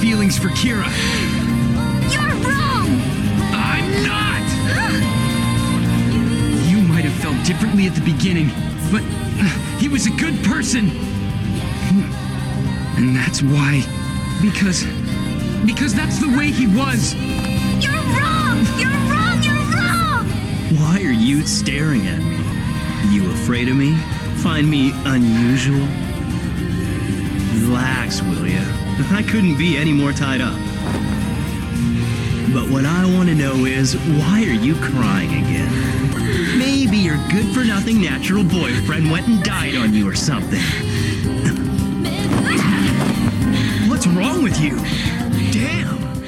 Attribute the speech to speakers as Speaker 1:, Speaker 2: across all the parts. Speaker 1: feelings for Kira.
Speaker 2: You're wrong!
Speaker 1: I'm not! You might have felt differently at the beginning, but uh, he was a good person. And that's why. Because. Because that's the way he was.
Speaker 2: You're wrong! You're wrong! You're wrong!
Speaker 3: Why are you staring at me? You afraid of me? Find me unusual? Relax, will ya? I couldn't be any more tied up. But what I want to know is why are you crying again? Maybe your good for nothing natural boyfriend went and died on you or something. What's wrong with you? Damn!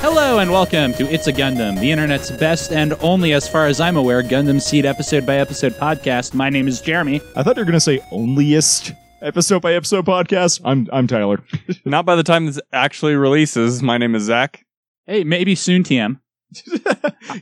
Speaker 4: Hello and welcome to It's a Gundam, the internet's best and only, as far as I'm aware, Gundam Seed episode by episode podcast. My name is Jeremy.
Speaker 5: I thought you were gonna say onlyest episode by episode podcast. I'm I'm Tyler.
Speaker 6: Not by the time this actually releases. My name is Zach.
Speaker 4: Hey, maybe soon, TM.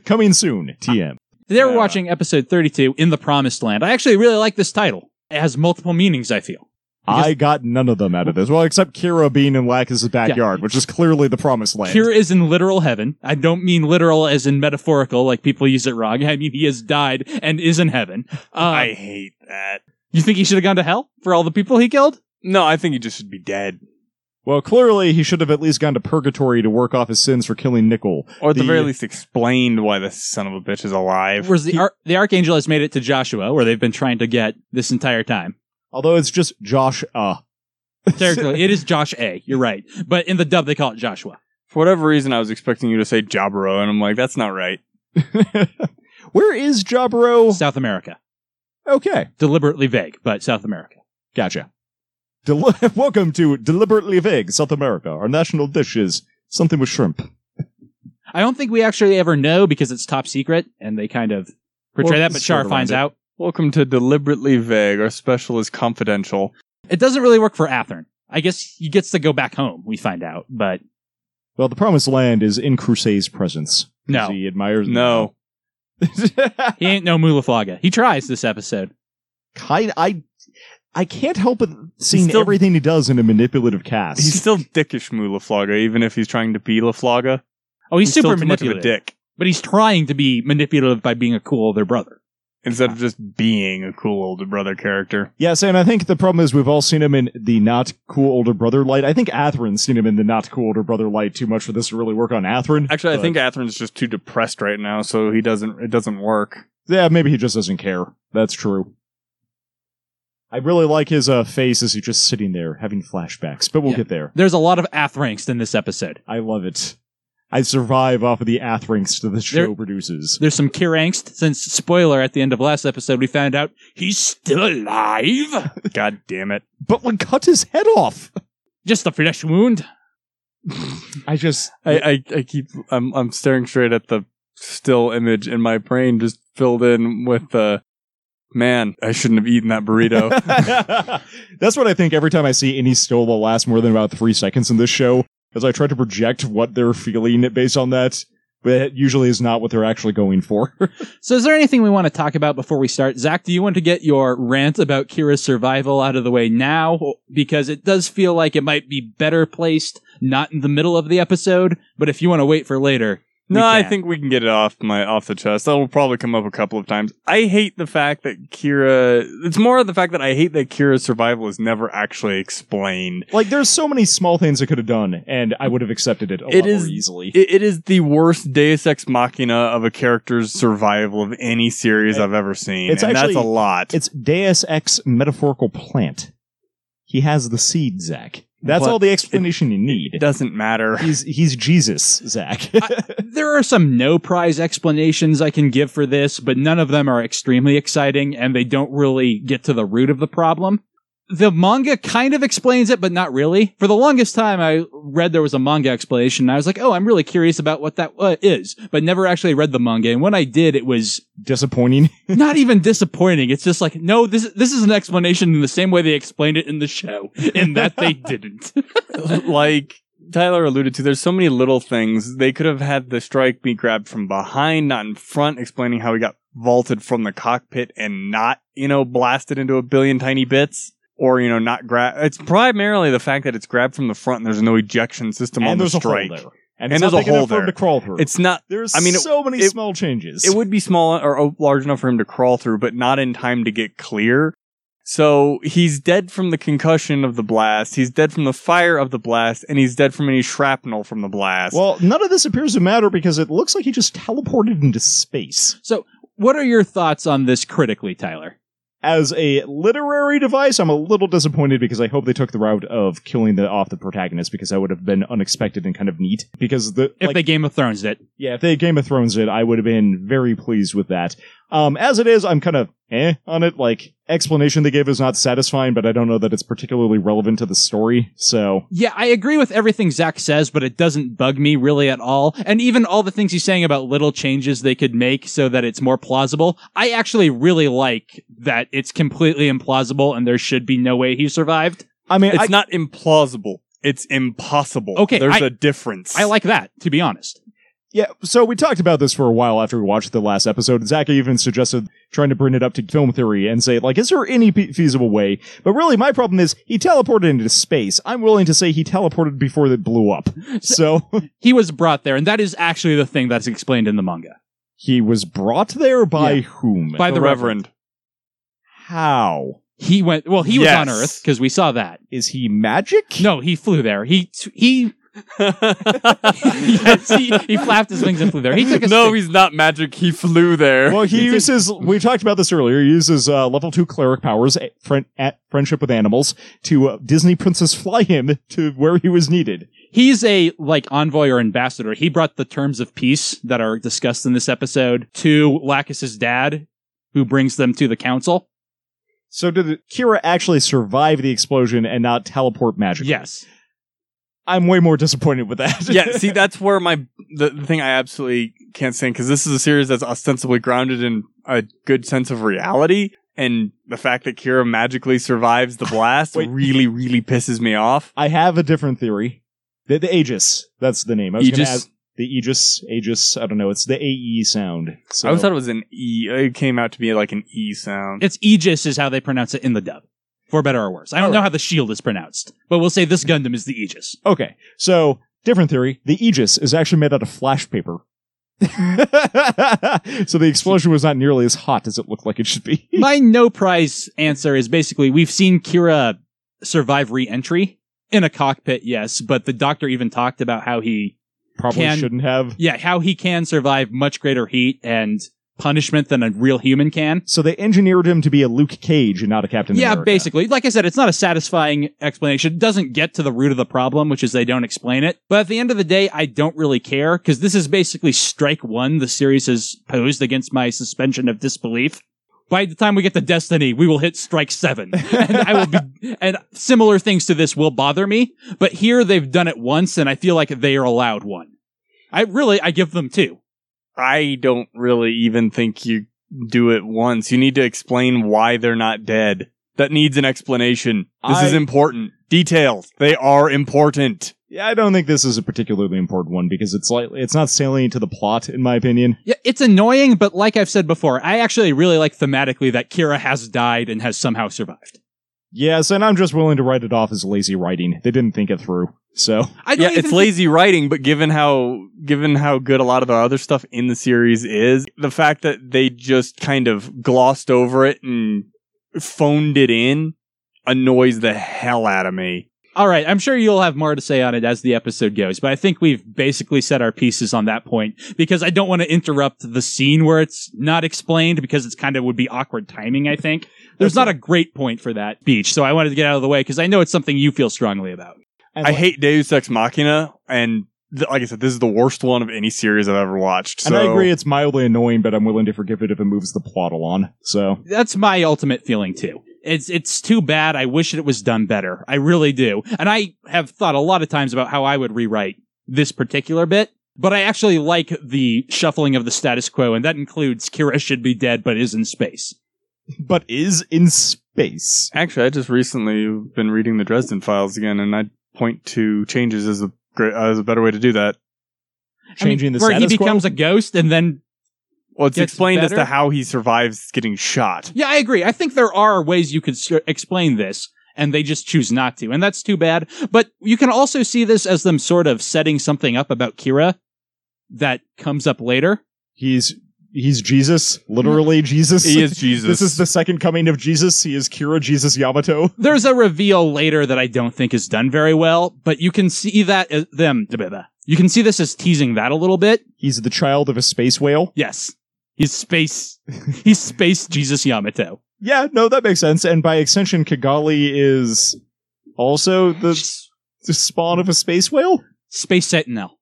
Speaker 5: Coming soon, TM.
Speaker 4: Today we're
Speaker 6: Yeah.
Speaker 4: watching episode 32, In the Promised Land. I actually really like this title. It has multiple meanings, I feel.
Speaker 5: I got none of them out of this. Well, except Kira being in Lacus's backyard, which is clearly the promised land.
Speaker 4: Here is in literal heaven. I don't mean literal as in metaphorical, like people use it wrong. I mean, he has died and is in heaven. Uh,
Speaker 6: I hate that.
Speaker 4: you think he should have gone to hell for all the people he killed?
Speaker 6: No, I think you just should be dead.
Speaker 5: well, clearly he should have at least gone to purgatory to work off his sins for killing Nickel.
Speaker 6: Or at the,
Speaker 5: The-
Speaker 6: very least, explained why this son of a bitch is alive.
Speaker 4: Whereas the, Ar- the Archangel has made it to Joshua, where they've been trying to get this entire time.
Speaker 5: Although it's just Josh. Uh,
Speaker 4: Technically, it is Josh A. You're right, but in the dub they call it Joshua.
Speaker 6: For whatever reason, I was expecting you to say Jabro, and I'm like, that's not right.
Speaker 5: where is Jabro?
Speaker 4: South America,
Speaker 5: Okay,
Speaker 4: deliberately vague, but South America.
Speaker 5: gotcha. Del- Welcome to deliberately vague South America. Our national dish is something with shrimp.
Speaker 4: I don't think we actually ever know because it's top secret, and they kind of portray
Speaker 5: Well,
Speaker 4: that. But
Speaker 5: sort
Speaker 4: Char
Speaker 5: of
Speaker 4: finds
Speaker 5: around
Speaker 4: out
Speaker 6: Welcome to Deliberately Vague. Our special is confidential.
Speaker 4: it doesn't really work for Athern. I guess he gets to go back home. We find out, but
Speaker 5: Well, the promised land is in Crusade's presence.
Speaker 4: No.
Speaker 5: 'cause he admires.
Speaker 6: No.
Speaker 4: he ain't no Mulaflaga. He tries this episode.
Speaker 5: kind I I can't help but seeing
Speaker 6: still-
Speaker 5: everything he does in a manipulative cast.
Speaker 6: He's still dickish Mulaflaga, even if he's trying to be Laflaga.
Speaker 4: Oh, he's, super
Speaker 6: still too much of a
Speaker 4: manipulative,
Speaker 6: dick.
Speaker 4: but he's trying to be manipulative by being a cool older brother.
Speaker 6: Instead of just being a cool older brother character.
Speaker 5: yes, and I think the problem is we've all seen him in the not cool older brother light. I think Atherin's seen him in the not cool older brother light too much for this to really work on Atherin.
Speaker 6: Actually, I
Speaker 5: but-
Speaker 6: think Atherin's just too depressed right now, so he doesn't. It doesn't work.
Speaker 5: yeah, maybe he just doesn't care. That's true. I really like his uh, face as he's just sitting there having flashbacks, but we'll
Speaker 4: Yeah.
Speaker 5: get there.
Speaker 4: There's a lot of Athranks in this episode.
Speaker 5: I love it. I survive off of the Atherinks that the show
Speaker 4: There-
Speaker 5: produces.
Speaker 4: There's some cure angst since spoiler at the end of last episode we found out he's still alive.
Speaker 6: God damn it.
Speaker 5: But one cut his head off.
Speaker 4: Just a flesh wound.
Speaker 5: I just
Speaker 6: I, I, I keep I'm I'm staring straight at the still image in my brain just filled in with the man, I shouldn't have eaten that burrito.
Speaker 5: That's what I think every time I see any still will last more than about three seconds in this show, as I try to project what they're feeling based on that, but it usually is not what they're actually going for.
Speaker 4: So is there anything we want to talk about before we start? Zach, do you want to get your rant about Kira's survival out of the way now? Because it does feel like it might be better placed not in the middle of the episode, but if you want to wait for later. we
Speaker 6: no, I
Speaker 4: can.
Speaker 6: think we can get it off my off the chest. That will probably come up a couple of times. I hate the fact that Kira it's more of the fact that I hate that Kira's survival is never actually explained.
Speaker 5: like, there's so many small things I could have done, and I would have accepted it a
Speaker 6: It
Speaker 5: lot
Speaker 6: is-
Speaker 5: more easily.
Speaker 6: It, it is the worst Deus Ex Machina of a character's survival of any series I've ever seen,
Speaker 5: It's
Speaker 6: and that's
Speaker 5: actually-
Speaker 6: a lot.
Speaker 5: it's Deus Ex metaphorical plant. He has the seed, Zach. That's
Speaker 6: But
Speaker 5: all the explanation you
Speaker 6: it
Speaker 5: need.
Speaker 6: doesn't matter.
Speaker 5: He's he's Jesus, Zach.
Speaker 4: there are some no prize explanations I can give for this, but none of them are extremely exciting and they don't really get to the root of the problem. the manga kind of explains it, but not really. For the longest time, I read there was a manga explanation, and I was like, "Oh, I'm really curious about what that uh, is," but never actually read the manga. And when I did, it was
Speaker 5: Disappointing.
Speaker 4: not even disappointing. It's just like, no, this this is an explanation in the same way they explained it in the show, in that they didn't.
Speaker 6: like Tyler alluded to, there's so many little things. They could have had the strike be grabbed from behind, not in front, explaining how he got vaulted from the cockpit and not, you know, blasted into a billion tiny bits. Or, you know, not grab. It's primarily the fact that it's grabbed from the front and there's no ejection system on
Speaker 5: and
Speaker 6: the
Speaker 5: there's a hole
Speaker 6: strike.
Speaker 5: there.
Speaker 6: And
Speaker 5: it's
Speaker 6: there's
Speaker 5: not
Speaker 6: a
Speaker 5: big enough
Speaker 6: hole
Speaker 5: for him
Speaker 6: there.
Speaker 5: to crawl through.
Speaker 6: It's not.
Speaker 5: There's
Speaker 6: I mean, it-
Speaker 5: so many
Speaker 6: it-
Speaker 5: small changes.
Speaker 6: It would be small or oh, large enough for him to crawl through, but not in time to get clear. So he's dead from the concussion of the blast. He's dead from the fire of the blast, and he's dead from any shrapnel from the blast.
Speaker 5: well, none of this appears to matter because it looks like he just teleported into space.
Speaker 4: so, what are your thoughts on this critically, Tyler?
Speaker 5: As a literary device, I'm a little disappointed because I hope they took the route of killing the, off the protagonist because that would have been unexpected and kind of neat. Because the
Speaker 4: If
Speaker 5: like,
Speaker 4: they Game of Thrones it,
Speaker 5: yeah, if they had Game of Thrones it, I would have been very pleased with that. Um, as it is, I'm kind of eh on it. Like explanation they gave is not satisfying, but I don't know that it's particularly relevant to the story. So
Speaker 4: Yeah, I agree with everything Zach says, but it doesn't bug me really at all. And even all the things he's saying about little changes they could make so that it's more plausible, I actually really like that it's completely implausible and there should be no way he survived.
Speaker 5: I mean,
Speaker 6: It's
Speaker 5: I,
Speaker 6: not implausible. It's impossible.
Speaker 4: Okay,
Speaker 6: there's
Speaker 4: I-
Speaker 6: a difference.
Speaker 4: I like that, to be honest.
Speaker 5: Yeah, so we talked about this for a while after we watched the last episode. Zach even suggested trying to bring it up to film theory and say, like, is there any pe- feasible way? But really, my problem is he teleported into space. I'm willing to say he teleported before it blew up. So
Speaker 4: He was brought there, and that is actually the thing that's explained in the manga.
Speaker 5: he was brought there by
Speaker 4: Yeah.
Speaker 5: whom?
Speaker 4: By
Speaker 6: the,
Speaker 4: the Reverend.
Speaker 6: Reverend.
Speaker 5: How?
Speaker 4: He went, well, he
Speaker 6: Yes.
Speaker 4: was on Earth because we saw that.
Speaker 5: Is he magic?
Speaker 4: No, he flew there. He, he, yes, he, he flapped his wings and flew there. He took a
Speaker 6: no,
Speaker 4: spin-
Speaker 6: he's not magic. He flew there.
Speaker 5: Well, he uses. We talked about this earlier. He uses uh, level two cleric powers, a- friend, at friendship with animals, to uh, Disney princess fly him to where he was needed.
Speaker 4: He's a like envoy or ambassador. He brought the terms of peace that are discussed in this episode to Lacus's dad, who brings them to the council.
Speaker 5: So did Kira actually survive the explosion and not teleport magically?
Speaker 4: Yes.
Speaker 5: I'm way more disappointed with that.
Speaker 6: yeah, see, that's where my the, the thing I absolutely can't stand because this is a series that's ostensibly grounded in a good sense of reality, and the fact that Kira magically survives the blast
Speaker 5: Wait.
Speaker 6: really, really pisses me off.
Speaker 5: I have a different theory. The, the Aegis, that's the name. I was going
Speaker 6: Aegis?
Speaker 5: to ask the Aegis, Aegis. I don't know. It's the AE sound. So
Speaker 6: I always thought it was an E. It came out to be like an E sound.
Speaker 4: It's Aegis is how they pronounce it in the dub. For better or worse. I don't know how the shield is pronounced, but we'll say this Gundam is the Aegis.
Speaker 5: okay. So different theory. The Aegis is actually made out of flash paper. so the explosion was not nearly as hot as it looked like it should be.
Speaker 4: My no prize answer is basically we've seen Kira survive re-entry in a cockpit, yes, but the doctor even talked about how he
Speaker 5: Probably
Speaker 4: Can-
Speaker 5: shouldn't have.
Speaker 4: yeah, how he can survive much greater heat and punishment than a real human can.
Speaker 5: So they engineered him to be a Luke Cage and not a Captain
Speaker 4: yeah,
Speaker 5: America.
Speaker 4: basically. Like I said, it's not a satisfying explanation. It doesn't get to the root of the problem, which is they don't explain it. But at the end of the day, I don't really care because this is basically strike one the series has posed against my suspension of disbelief. By the time we get to Destiny, we will hit strike seven, and I will be. And similar things to this will bother me, but here they've done it once, and I feel like they are allowed one. I really, I give them two.
Speaker 6: I don't really even think you do it once. You need to explain why they're not dead. That needs an explanation. This is
Speaker 5: I-
Speaker 6: important. Details. They are important.
Speaker 5: Yeah, I don't think this is a particularly important one because it's like it's not salient to the plot, in my opinion.
Speaker 4: Yeah, it's annoying, but like I've said before, I actually really like thematically that Kira has died and has somehow survived.
Speaker 5: Yes, and I'm just willing to write it off as lazy writing. They didn't think it through. So
Speaker 4: I don't
Speaker 6: Yeah,
Speaker 4: even
Speaker 6: it's
Speaker 4: think-
Speaker 6: lazy writing, but given how given how good a lot of the other stuff in the series is, the fact that they just kind of glossed over it and phoned it in annoys the hell out of me.
Speaker 4: All right, I'm sure you'll have more to say on it as the episode goes, but I think we've basically set our pieces on that point because I don't want to interrupt the scene where it's not explained because it's kind of would be awkward timing, I think. There's not a great point for that speech, so I wanted to get out of the way because I know it's something you feel strongly about.
Speaker 5: and
Speaker 6: I
Speaker 5: like-
Speaker 6: hate Deus Ex Machina, and th- like I said, this is the worst one of any series I've ever watched.
Speaker 5: and I
Speaker 6: so-
Speaker 5: agree it's mildly annoying, but I'm willing to forgive it if it moves the plot along. So
Speaker 4: That's my ultimate feeling too. It's it's too bad. I wish it was done better. I really do. And I have thought a lot of times about how I would rewrite this particular bit. But I actually like the shuffling of the status quo, and that includes Kira should be dead but is in space.
Speaker 5: but is in space.
Speaker 6: Actually, I just recently been reading the Dresden Files again, and I point to changes as a great as a better way to do that.
Speaker 4: I mean,
Speaker 5: Changing the
Speaker 4: where
Speaker 5: status
Speaker 4: he
Speaker 5: quo?
Speaker 4: becomes a ghost and then
Speaker 6: Well, it's
Speaker 4: Gets
Speaker 6: explained as
Speaker 4: better?
Speaker 6: to how he survives getting shot.
Speaker 4: Yeah, I agree. I think there are ways you could s- explain this, and they just choose not to, and that's too bad. But you can also see this as them sort of setting something up about Kira that comes up later.
Speaker 5: He's he's Jesus, literally Jesus.
Speaker 6: Mm-hmm. He is Jesus.
Speaker 5: This is the second coming of Jesus. He is Kira Jesus Yamato.
Speaker 4: There's a reveal later that I don't think is done very well, but you can see that as them. You can see this as teasing that a little bit.
Speaker 5: He's the child of a space whale.
Speaker 4: Yes, he's space. he's space Jesus Yamato.
Speaker 5: Yeah, no, that makes sense. And by extension, Kigali is also the, the spawn of a space whale.
Speaker 4: Space Sentinel.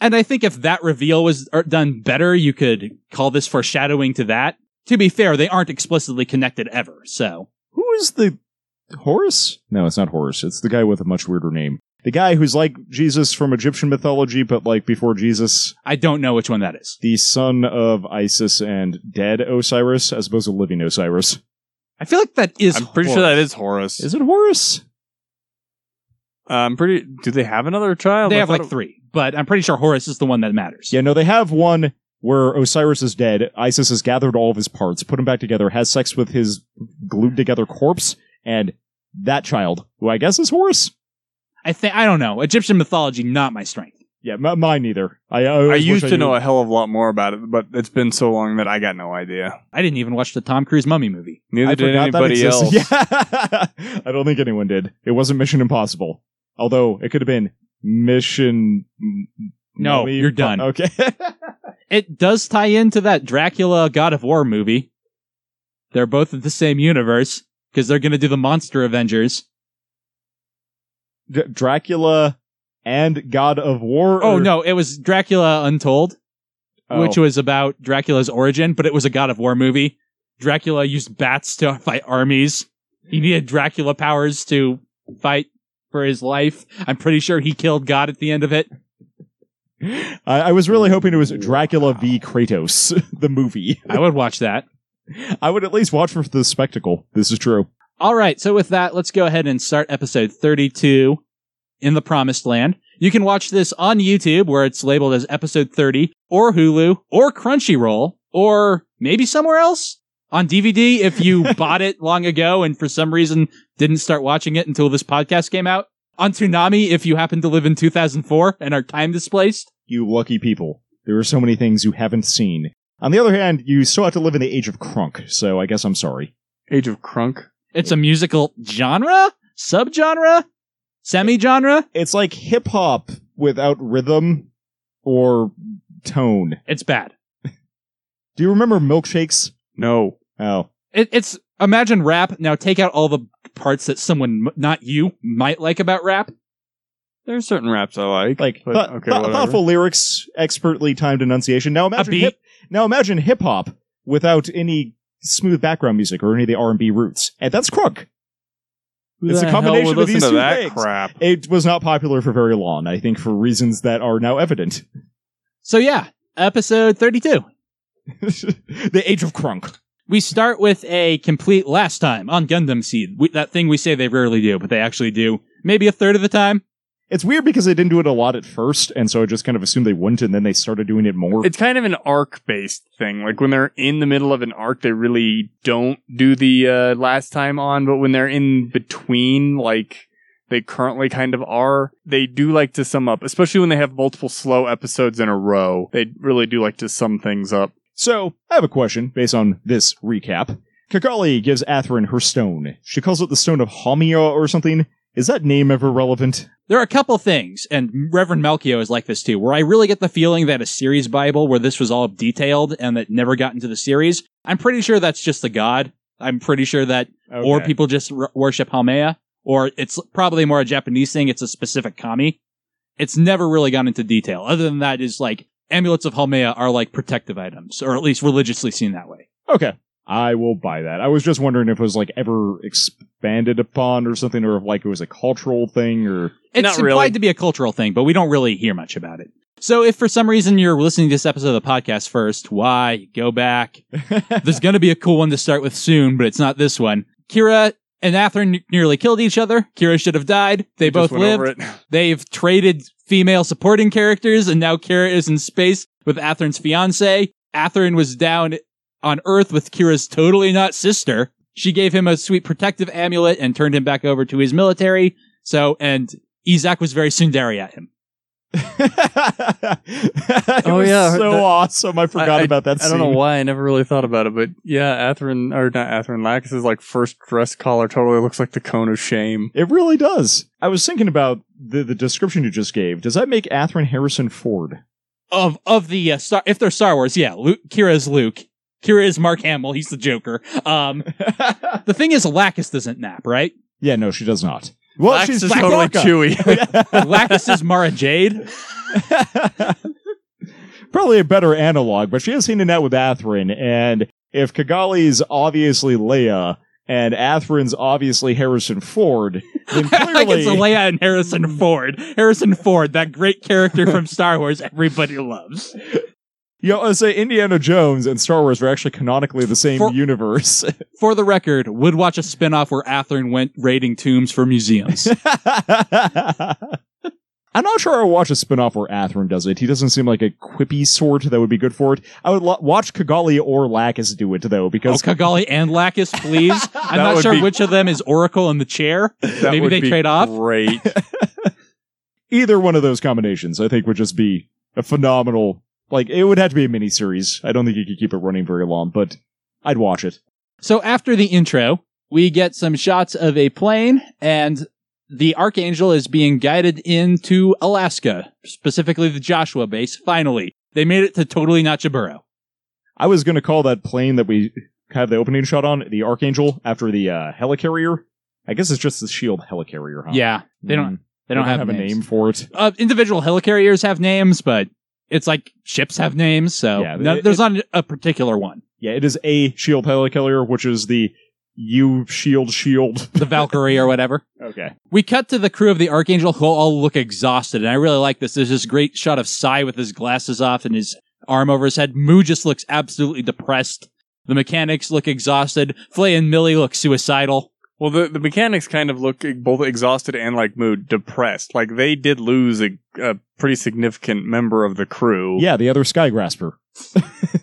Speaker 4: and I think if that reveal was er, done better, you could call this foreshadowing to that. To be fair, they aren't explicitly connected ever, so.
Speaker 5: Who is the Horus? No, it's not Horus. It's the guy with a much weirder name. The guy who's like Jesus from Egyptian mythology, but like before Jesus,
Speaker 4: I don't know which one that is.
Speaker 5: the son of Isis and dead Osiris, as opposed to living Osiris.
Speaker 4: I feel like that is
Speaker 6: I'm pretty sure
Speaker 4: Horus.
Speaker 6: that is Horus.
Speaker 5: Is it Horus?
Speaker 6: I'm pretty. Do they have another child?
Speaker 4: They
Speaker 6: I
Speaker 4: have
Speaker 6: thought
Speaker 4: like
Speaker 6: it-
Speaker 4: three, but I'm pretty sure Horus is the one that matters.
Speaker 5: Yeah, no, they have one where Osiris is dead. Isis has gathered all of his parts, put him back together, has sex with his glued together corpse, and that child, who I guess is Horus.
Speaker 4: I think, I don't know. Egyptian mythology, not my strength.
Speaker 5: Yeah, m- mine neither. I, I,
Speaker 6: I
Speaker 5: always wish
Speaker 6: used to
Speaker 5: knew.
Speaker 6: know a hell of a lot more about it, but it's been so long that I got no idea.
Speaker 4: I didn't even watch the Tom Cruise mummy movie.
Speaker 6: Neither
Speaker 5: I
Speaker 6: did
Speaker 5: forgot that
Speaker 6: anybody else.
Speaker 5: existed. Yeah. I don't think anyone did. It wasn't Mission Impossible. Although it could have been Mission.
Speaker 4: No,
Speaker 5: Mummy-
Speaker 4: you're done.
Speaker 5: Okay.
Speaker 4: It does tie into that Dracula God of War movie. They're both in the same universe because they're going to do the Monster Avengers.
Speaker 5: D- Dracula and God of War.
Speaker 4: Oh
Speaker 5: or-
Speaker 4: no, it was Dracula Untold,
Speaker 5: Oh.
Speaker 4: which was about Dracula's origin, but it was a God of War movie. Dracula used bats to fight armies. He needed Dracula powers to fight for his life. I'm pretty sure he killed God at the end of it.
Speaker 5: I, I was really hoping it was Dracula v Kratos, the movie.
Speaker 4: I would watch that.
Speaker 5: I would at least watch for the spectacle. This is true.
Speaker 4: All right, so with that, let's go ahead and start episode 32 in the Promised Land. You can watch this on YouTube where it's labeled as episode 30 or Hulu or Crunchyroll or maybe somewhere else on DVD if you bought it long ago and for some reason didn't start watching it until this podcast came out. On Toonami if you happen to live in 2004 and are time displaced.
Speaker 5: You lucky people. There are so many things you haven't seen. On the other hand, you still have to live in the age of crunk, so I guess I'm sorry.
Speaker 6: Age of Crunk.
Speaker 4: It's a musical genre, subgenre, semi-genre.
Speaker 5: It's like hip hop without rhythm or tone.
Speaker 4: It's bad.
Speaker 5: Do you remember milkshakes?
Speaker 6: No.
Speaker 5: Oh.
Speaker 4: it, it's imagine rap now take out all the parts that someone m- not you might like about rap
Speaker 6: There's certain raps I like.
Speaker 5: Like
Speaker 6: but,
Speaker 5: thought-
Speaker 6: okay,
Speaker 5: thought-
Speaker 6: whatever.
Speaker 5: thoughtful lyrics, expertly timed enunciation. Now imagine
Speaker 4: beat.
Speaker 5: hip now imagine hip hop without any smooth background music or any of the R and B roots. And that's crunk.
Speaker 6: Who
Speaker 5: it's
Speaker 6: the
Speaker 5: a
Speaker 6: hell would
Speaker 5: combination of
Speaker 6: Oh, listen
Speaker 5: these
Speaker 6: to
Speaker 5: two
Speaker 6: that
Speaker 5: things.
Speaker 6: crap.
Speaker 5: It was not popular for very long, I think, for reasons that are now evident.
Speaker 4: so yeah episode 32
Speaker 5: the age of crunk.
Speaker 4: we start with a complete last time on gundam seed we, that thing we say they rarely do but they actually do maybe a third of the time
Speaker 5: It's weird because they didn't do it a lot at first, and so I just kind of assumed they wouldn't, and then they started doing it more.
Speaker 6: It's kind of an arc based thing. Like when they're in the middle of an arc, they really don't do the uh, last time on, but when they're in between, like they currently kind of are, they do like to sum up, especially when they have multiple slow episodes in a row. They really do like to sum things up.
Speaker 5: So, I have a question based on this recap. Kakali gives Atherin her stone. She calls it the Stone of Hamia or something. Is that name ever relevant?
Speaker 4: there are a couple things and reverend malchio is like this too where i really get the feeling that a series bible where this was all detailed and that never got into the series i'm pretty sure that's just the god i'm pretty sure that or people just r- worship Haumea, or it's probably more a Japanese thing. It's a specific kami. It's never really gone into detail. Other than that, is like amulets of Haumea are like protective items, or at least religiously seen that way.
Speaker 5: Okay. I will buy that. I was just wondering if it was like ever expanded upon or something, or if like it was a cultural thing, or
Speaker 4: It's
Speaker 6: Not
Speaker 4: implied
Speaker 6: really.
Speaker 4: to be a cultural thing, but we don't really hear much about it. So if for some reason you're listening to this episode of the podcast first, why go back? There's going to be a cool one to start with soon, but it's not this one. Kira and Ather nearly killed each other. Kira should have died. They both
Speaker 6: Just went
Speaker 4: lived.
Speaker 6: over it.
Speaker 4: They've traded female supporting characters, and now Kira is in space with Atherin's fiance. Atherin was down on Earth with Kira's totally not sister. She gave him a sweet protective amulet and turned him back over to his military. So, and Izak was very tsundere at him.
Speaker 5: That
Speaker 6: Oh,
Speaker 5: was
Speaker 6: yeah,
Speaker 5: so
Speaker 6: that-
Speaker 5: awesome! I forgot
Speaker 6: I-
Speaker 5: about that.
Speaker 6: I
Speaker 5: scene.
Speaker 6: don't know why I never really thought about it, but yeah, Atherin or not Atherin Lax's like first dress collar totally looks like the cone of shame.
Speaker 5: It really does. I was thinking about the, the description you just gave. Does that make Athrun Harrison Ford?
Speaker 4: Of of the uh, Star, if they're Star Wars, yeah, Luke, Kira is Luke. Kira is Mark Hamill. He's the Joker. Um, the thing is, Lacus doesn't nap, right?
Speaker 5: yeah, no, she does not. Well,
Speaker 6: Lax
Speaker 5: she's
Speaker 6: is
Speaker 5: Black
Speaker 6: totally
Speaker 5: Orca.
Speaker 6: chewy.
Speaker 4: Lacus is Mara Jade.
Speaker 5: Probably a better analog, but she has seen it out with Athrun, and if Kigali's obviously Leia and Athrun's obviously Harrison Ford, then
Speaker 4: I like it's
Speaker 5: clearly
Speaker 4: Leia and Harrison Ford. Harrison Ford, that great character from Star Wars everybody loves.
Speaker 5: you know, I say Indiana Jones and Star Wars are actually canonically the same
Speaker 4: For-
Speaker 5: universe.
Speaker 4: For the record, would watch a spinoff where Atherin went raiding tombs for museums.
Speaker 5: I'm not sure I'll watch a spinoff where Athrun does it. He doesn't seem like a quippy sort that would be good for it. I would lo- watch Kigali or Lacus do it though,
Speaker 4: Oh,
Speaker 5: because
Speaker 4: Kigali and Lacus, please. I'm
Speaker 6: That
Speaker 4: not
Speaker 6: would
Speaker 4: sure
Speaker 6: be-
Speaker 4: which of them is Oracle in the chair.
Speaker 6: That
Speaker 4: Maybe
Speaker 6: would
Speaker 4: they
Speaker 6: be
Speaker 4: trade off.
Speaker 6: Great.
Speaker 5: either one of those combinations, I think, would just be a phenomenal. Like it would have to be a miniseries. I don't think you could keep it running very long, but I'd watch it.
Speaker 4: So after the intro, we get some shots of a plane and the Archangel is being guided into Alaska, specifically the Joshua base. Finally, they made it to totally not Jaburo.
Speaker 5: I was going to call that plane that we have the opening shot on the Archangel after the uh, helicarrier. I guess it's just the Shield helicarrier. Huh?
Speaker 4: Yeah, they don't.
Speaker 5: Mm.
Speaker 4: They don't,
Speaker 5: have a
Speaker 4: names.
Speaker 5: name for it.
Speaker 4: uh, individual helicarriers have names, but it's like ships have names, so
Speaker 5: Yeah,
Speaker 4: no,
Speaker 5: it-
Speaker 4: there's not a particular one.
Speaker 5: Yeah, it is a shield helicarrier, which is the U shield shield.
Speaker 4: The Valkyrie or whatever.
Speaker 5: Okay.
Speaker 4: We cut to the crew of the Archangel who all look exhausted, and I really like this. There's this great shot of Sai with his glasses off and his arm over his head. Moo just looks absolutely depressed. The mechanics look exhausted. Flay and Millie look suicidal.
Speaker 6: Well, the, the mechanics kind of look both exhausted and like mood depressed. Like they did lose a, a pretty significant member of the crew.
Speaker 5: Yeah, the other sky grasper.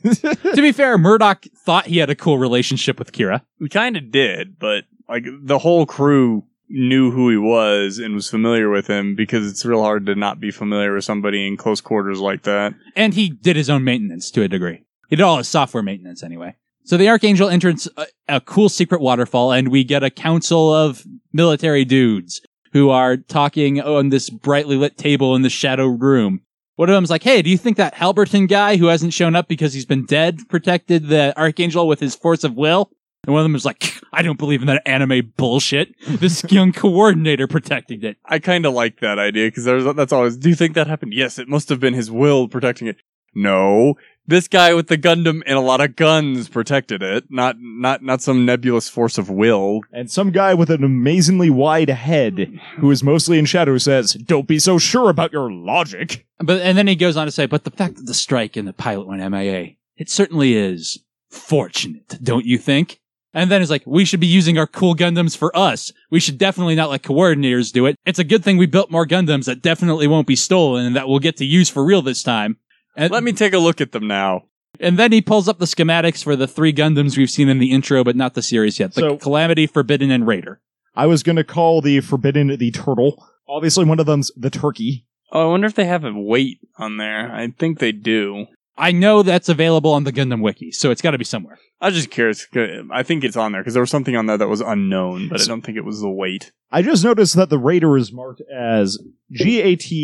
Speaker 4: to be fair, Murdoch thought he had a cool relationship with Kira.
Speaker 6: we kind of did, but like the whole crew knew who he was and was familiar with him because it's real hard to not be familiar with somebody in close quarters like that.
Speaker 4: and he did his own maintenance to a degree. He did all his software maintenance anyway. So the Archangel enters a, a cool secret waterfall, and we get a council of military dudes who are talking on this brightly lit table in the shadow room. One of them's like, "Hey, do you think that Halberton guy who hasn't shown up because he's been dead protected the Archangel with his force of will?" And one of them is like, "I don't believe in that anime bullshit. This young coordinator protected it."
Speaker 6: I kind of like that idea because there's that's always. Do you think that happened? Yes, it must have been his will protecting it. No, this guy with the Gundam and a lot of guns protected it. Not not not some nebulous force of will.
Speaker 5: And some guy with an amazingly wide head, who is mostly in shadow, says, Don't be so sure about your logic.
Speaker 4: But and then he goes on to say, but the fact that the strike and the pilot went MIA, it certainly is fortunate, don't you think? And then he's like, we should be using our cool Gundams for us. We should definitely not let coordinators do it. It's a good thing we built more Gundams that definitely won't be stolen and that we'll get to use for real this time. And,
Speaker 6: Let me take a look at them now.
Speaker 4: and then he pulls up the schematics for the three Gundams we've seen in the intro, but not the series yet. The
Speaker 5: So-
Speaker 4: Calamity, Forbidden, and Raider.
Speaker 5: I was going to call the Forbidden the Turtle. Obviously, one of them's the turkey.
Speaker 6: Oh, I wonder if they have a weight on there. I think they do.
Speaker 4: I know that's available on the Gundam Wiki, so it's got to be somewhere.
Speaker 6: I was just curious. 'cause I think it's on there because there was something on there that was unknown, but I don't think it was the weight.
Speaker 5: I just noticed that the Raider is marked as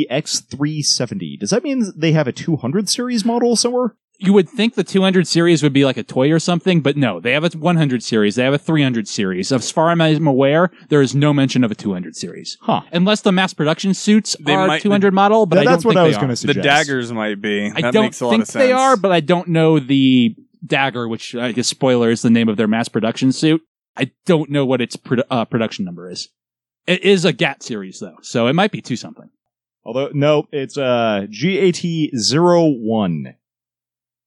Speaker 5: GATX370. Does that mean they have a 200 series model somewhere?
Speaker 4: you would think the 200 series would be like a toy or something, but no, they have a 100 series, they have a 300 series. As far as I'm aware, there is no mention of a 200 series,
Speaker 5: Huh.
Speaker 4: unless the mass production suits
Speaker 6: They
Speaker 4: are
Speaker 6: might-
Speaker 4: 200 model. But
Speaker 5: Yeah,
Speaker 4: I
Speaker 5: that's
Speaker 4: don't
Speaker 5: what
Speaker 4: think
Speaker 5: I
Speaker 4: they
Speaker 5: was
Speaker 4: are.
Speaker 5: going to
Speaker 6: The
Speaker 5: suggest.
Speaker 6: daggers might be.
Speaker 4: I
Speaker 6: that
Speaker 4: don't
Speaker 6: makes a lot
Speaker 4: think
Speaker 6: of sense.
Speaker 4: they are, but I don't know the dagger, which I guess spoiler is the name of their mass production suit. I don't know what its produ- uh, production number is. It is a GAT series though, so it might be two something.
Speaker 5: Although no, it's uh GAT 01.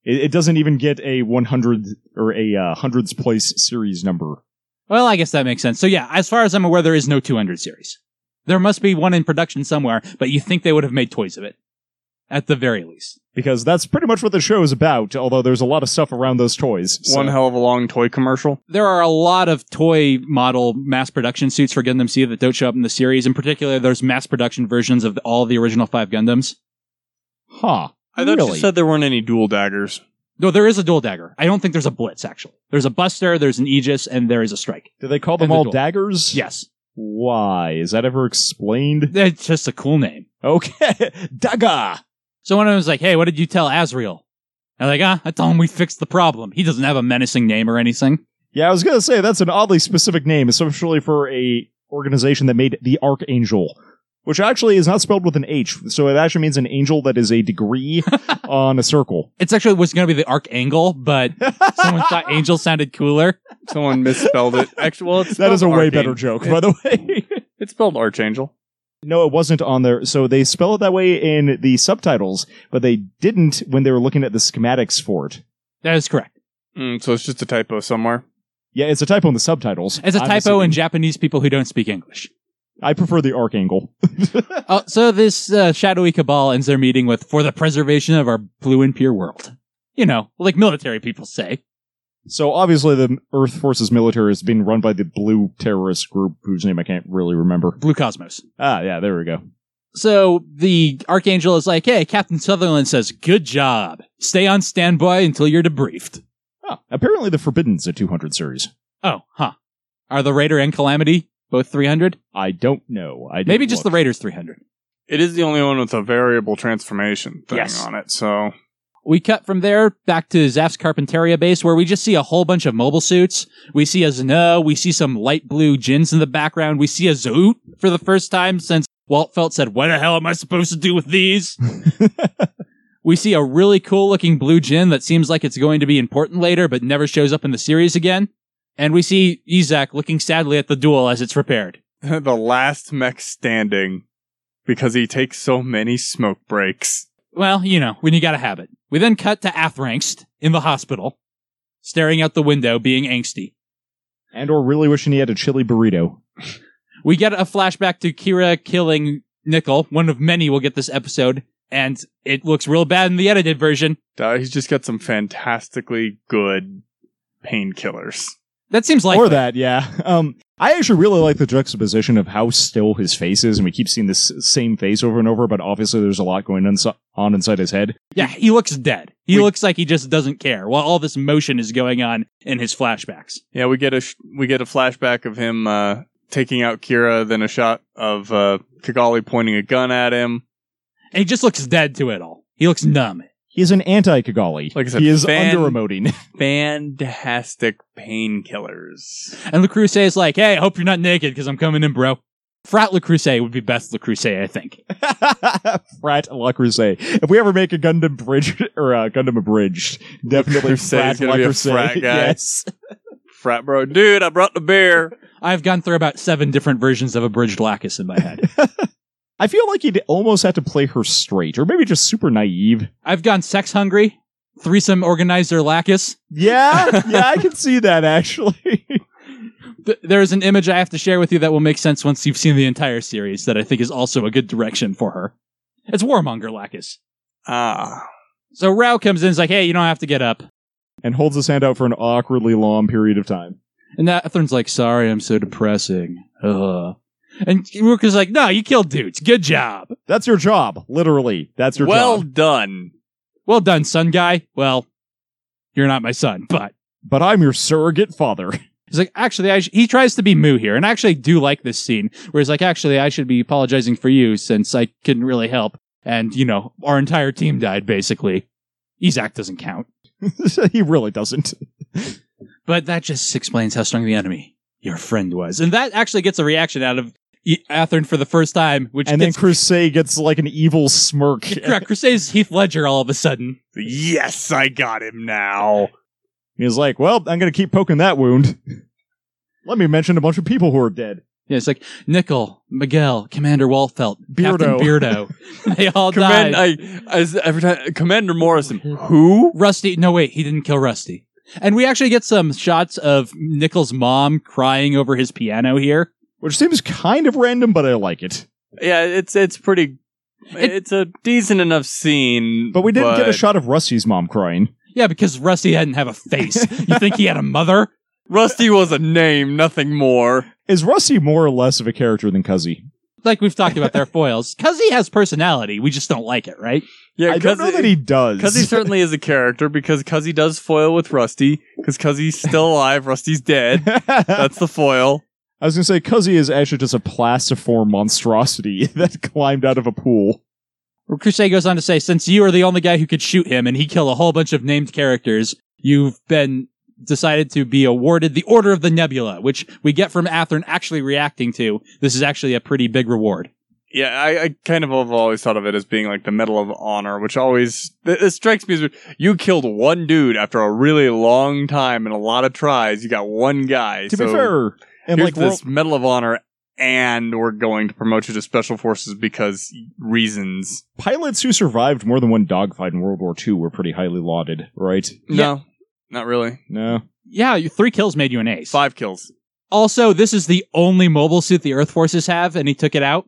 Speaker 5: It, it doesn't even get a 100 or a uh, hundreds place series number.
Speaker 4: Well, I guess that makes sense. So yeah, as far as I'm aware, there is no 200 series. There must be one in production somewhere, but you think they would have made toys of it. At the very least.
Speaker 5: Because that's pretty much what the show is about, although there's a lot of stuff around those toys. so-
Speaker 6: One hell of a long toy commercial.
Speaker 4: There are a lot of toy model mass production suits for Gundam Seed that don't show up in the series. In particular, there's mass production versions of all the original five Gundams.
Speaker 5: Huh.
Speaker 6: I thought
Speaker 5: really?
Speaker 6: you said there weren't any dual daggers.
Speaker 4: No, there is a dual dagger. I don't think there's a blitz, actually. There's a buster, there's an Aegis, and there is a strike.
Speaker 5: Do they call them
Speaker 4: And the
Speaker 5: all
Speaker 4: duel.
Speaker 5: daggers?
Speaker 4: Yes.
Speaker 5: Why? Is that ever explained?
Speaker 4: It's just a cool name.
Speaker 5: Okay. Dagger!
Speaker 4: So one of them was like, hey, what did you tell Azrael? And I'm like, ah, I told him we fixed the problem. He doesn't have a menacing name or anything.
Speaker 5: Yeah, I was gonna say that's an oddly specific name, especially for a organization that made the Archangel, which actually is not spelled with an H, so it actually means an angel that is a degree on a circle.
Speaker 4: It's actually was going to be the Archangel, but someone thought Angel sounded cooler.
Speaker 6: Someone misspelled it. Actually, well, it's
Speaker 5: That is a
Speaker 6: spelled
Speaker 5: way
Speaker 6: Archang-
Speaker 5: better joke, by the way.
Speaker 6: It's spelled Archangel.
Speaker 5: no, it wasn't on there. So they spell it that way in the subtitles, but they didn't when they were looking at the schematics for it.
Speaker 4: That is correct.
Speaker 6: Mm, so it's just a typo somewhere.
Speaker 5: Yeah, it's a typo in the subtitles.
Speaker 4: It's a
Speaker 5: I'm
Speaker 4: typo in
Speaker 5: assuming.
Speaker 4: Japanese people who don't speak English.
Speaker 5: I prefer the Archangel.
Speaker 4: Oh, so this uh, shadowy cabal ends their meeting with "for the preservation of our blue and pure world." You know, like military people say.
Speaker 5: So obviously, the Earth Forces military is being run by the blue terrorist group whose name I can't really remember.
Speaker 4: Blue Cosmos.
Speaker 5: Ah, yeah, there we go.
Speaker 4: So the Archangel is like, "Hey, Captain Sutherland says, good job. Stay on standby until you're debriefed."
Speaker 5: Ah, apparently, the Forbidden's a 200 series.
Speaker 4: Oh, huh. Are the Raider and Calamity both 300?
Speaker 5: I don't know. I didn't
Speaker 4: Maybe just the
Speaker 5: look.
Speaker 4: Raider's 300.
Speaker 6: It is the only one with a variable transformation thing
Speaker 4: Yes.
Speaker 6: on it. So
Speaker 4: We cut from there back to Zaf's Carpenteria base where we just see a whole bunch of mobile suits. We see a Zeno, we see some light blue gins in the background, we see a Zoot for the first time since Walt Felt said, What the hell am I supposed to do with these? we see a really cool looking blue gin that seems like it's going to be important later but never shows up in the series again. And we see Izak looking sadly at the duel as it's repaired.
Speaker 6: the last mech standing because he takes so many smoke breaks.
Speaker 4: Well, you know, when you gotta have it. We then cut to Athrangst in the hospital, staring out the window, being angsty.
Speaker 5: And or really wishing he had a chili burrito.
Speaker 4: We get a flashback to Kira killing Nickel, one of many we'll get this episode, and it looks real bad in the edited version.
Speaker 6: Uh, he's just got some fantastically good painkillers.
Speaker 4: That seems like
Speaker 5: or that, yeah. Um, I actually really like the juxtaposition of how still his face is, and we keep seeing this same face over and over, but obviously there's a lot going insi- on inside his head.
Speaker 4: yeah, he looks dead. He
Speaker 6: We-
Speaker 4: looks like he just doesn't care while all this motion is going on in his flashbacks.
Speaker 6: Yeah, we get a sh- we get a flashback of him uh, taking out Kira, then a shot of uh, Kigali pointing a gun at him.
Speaker 4: And he just looks dead to it all. He looks numb.
Speaker 5: He's an anti-Kigali.
Speaker 6: Like I said,
Speaker 5: he is
Speaker 6: fan-
Speaker 5: under emoting.
Speaker 6: Fantastic painkillers.
Speaker 4: And LaCrusade is like, hey, I hope you're not naked because I'm coming in, bro. Frat LaCrusade would be best LaCrusade, I think.
Speaker 5: Frat La Crusade. If we ever make a Gundam bridge or uh, Gundam abridged, definitely Frat
Speaker 6: Crusade's gonna
Speaker 5: La
Speaker 6: be a
Speaker 5: Crusade.
Speaker 6: frat guy.
Speaker 5: Yes.
Speaker 6: Frat bro, dude, I brought the beer.
Speaker 4: I've gone through about seven different versions of Abridged Lacus in my head.
Speaker 5: I feel like he'd almost have to play her straight, or maybe just super naive.
Speaker 4: I've gone sex hungry, threesome organizer Lacus.
Speaker 5: Yeah, yeah, I can see that actually.
Speaker 4: Th- there's an image I have to share with you that will make sense once you've seen the entire series that I think is also a good direction for her. It's Warmonger Lacus.
Speaker 6: Ah,
Speaker 4: So Rao comes in and is like, hey, you don't have to get up.
Speaker 5: and holds his hand out for an awkwardly long period of time.
Speaker 4: And Athern's like, sorry, I'm so depressing. Ugh. And Ruka's like, no, you killed dudes. Good job.
Speaker 5: That's your job, literally. That's your
Speaker 6: well
Speaker 5: job.
Speaker 6: done.
Speaker 4: Well done, son guy. Well, you're not my son, but.
Speaker 5: But I'm your surrogate father.
Speaker 4: He's like, actually, I sh-. he tries to be Moo here, and I actually do like this scene where he's like, actually, I should be apologizing for you since I couldn't really help, and you know, our entire team died basically. Izak doesn't count,
Speaker 5: he really doesn't.
Speaker 4: but that just explains how strong the enemy your friend was, and that actually gets a reaction out of I- Athern for the first time, which
Speaker 5: And then
Speaker 4: gets
Speaker 5: Crusade gets like an evil smirk.
Speaker 4: correct. Crusade's Heath Ledger all of a sudden.
Speaker 6: Yes, I got him now.
Speaker 5: He's like, well, I'm going to keep poking that wound. Let me mention a bunch of people who are dead.
Speaker 4: Yeah, it's like Nickel, Miguel, Commander Walfelt, Captain
Speaker 5: Beardo.
Speaker 4: Beardo. they all
Speaker 6: Command,
Speaker 4: died.
Speaker 6: I, as every time, Commander Morrison. Who?
Speaker 4: Rusty. No, wait, he didn't kill Rusty. And we actually get some shots of Nickel's mom crying over his piano here.
Speaker 5: Which seems kind of random, but I like it.
Speaker 6: Yeah, it's it's pretty. it's a decent enough scene,
Speaker 5: But we didn't get a shot of Rusty's mom crying.
Speaker 4: Yeah, because Rusty didn't have a face. You think he had a mother?
Speaker 6: Rusty was a name, nothing more.
Speaker 5: Is Rusty more or less of a character than Cuzzy?
Speaker 4: Like we've talked about their foils. Because he has personality. We just don't like it, right?
Speaker 6: Yeah,
Speaker 5: I don't know that he does.
Speaker 6: Cuzzy certainly is a character because Cuzzy does foil with Rusty because Cuzzy's still alive, Rusty's dead.
Speaker 5: I
Speaker 6: That's the foil.
Speaker 5: was going to say, Cuzzy is actually just a plastiform monstrosity that climbed out of a pool.
Speaker 4: Crusade goes on to say, since you are the only guy who could shoot him and he killed a whole bunch of named characters, you've been decided to be awarded the Order of the Nebula, which we get from Atherin actually reacting to. This is actually a pretty big reward.
Speaker 6: Yeah, I, I kind of have always thought of it as being like the Medal of Honor, which always th- it strikes me as you killed one dude after a really long time and a lot of tries. You got one guy.
Speaker 5: To
Speaker 6: so
Speaker 5: be fair, and
Speaker 6: here's
Speaker 5: like
Speaker 6: this Medal of Honor, and we're going to promote you to Special Forces because reasons.
Speaker 5: world- pilots who survived more than one dogfight in World War II were pretty highly lauded, right?
Speaker 6: No, not really.
Speaker 5: No.
Speaker 4: Yeah, you- three kills made you an ace.
Speaker 6: Five kills.
Speaker 4: Also, this is the only mobile suit the Earth forces have, and he took it out.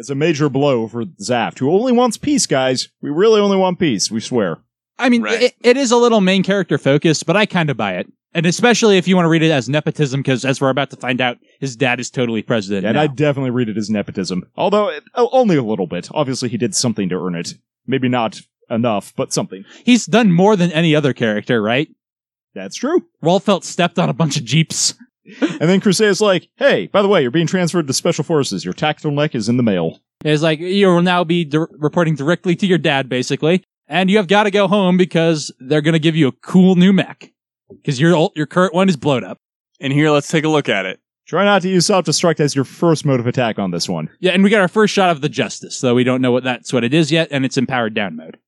Speaker 5: It's a major blow for Zaft, who only wants peace, guys. We really only want peace, we swear.
Speaker 4: I mean,
Speaker 6: Right.
Speaker 4: it, it is a little main character focused, but I kind of buy it. And especially if you want to read it as nepotism, because as we're about to find out, his dad is totally president.
Speaker 5: And
Speaker 4: now.
Speaker 5: I definitely read it as nepotism. Although, it, oh, only a little bit. Obviously, he did something to earn it. Maybe not enough, but something.
Speaker 4: He's done more than any other character, right?
Speaker 5: That's true.
Speaker 4: Rolfelt stepped on a bunch of jeeps.
Speaker 5: And then Crusade's like, hey, by the way, you're being transferred to Special Forces. Your tactical neck is in the mail.
Speaker 4: It's like you will now be di- reporting directly to your dad, basically, and you have got to go home because they're going to give you a cool new mech because your old, your current one is blowed up.
Speaker 6: And here, let's take a look at it.
Speaker 5: Try not to use self destruct as your first mode of attack on this one.
Speaker 4: Yeah, and we got our first shot of the Justice, though we don't know what that's what it is yet, and it's in powered down mode.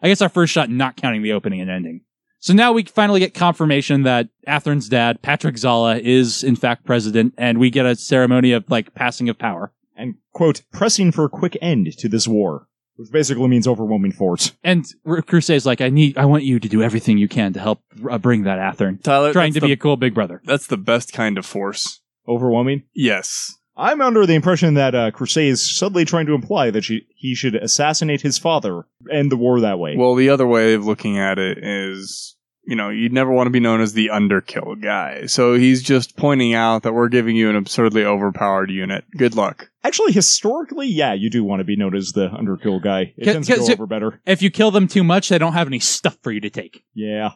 Speaker 4: I guess our first shot, not counting the opening and ending. So now we finally get confirmation that Atherin's dad, Patrick Zala, is in fact president, and we get a ceremony of like passing of power.
Speaker 5: And, quote, pressing for a quick end to this war, which basically means overwhelming force.
Speaker 4: And R- Crusade's like, I need, I want you to do everything you can to help uh, bring that Atherin.
Speaker 6: Tyler
Speaker 4: Trying to
Speaker 6: that's
Speaker 4: be
Speaker 6: the-
Speaker 4: a cool big brother.
Speaker 6: that's the best kind of force.
Speaker 5: Overwhelming?
Speaker 6: Yes.
Speaker 5: I'm under the impression that uh, Crusade is subtly trying to imply that she, he should assassinate his father, end the war that way.
Speaker 6: Well, the other way of looking at it is, you know, you'd never want to be known as the underkill guy. So he's just pointing out that we're giving you an absurdly overpowered unit. Good luck.
Speaker 5: Actually, historically, yeah, you do want to be known as the underkill guy. It
Speaker 4: Ca-
Speaker 5: tends to
Speaker 4: ca-
Speaker 5: go
Speaker 4: so-
Speaker 5: over better.
Speaker 4: If you kill them too much, they don't have any stuff for you to take.
Speaker 5: Yeah.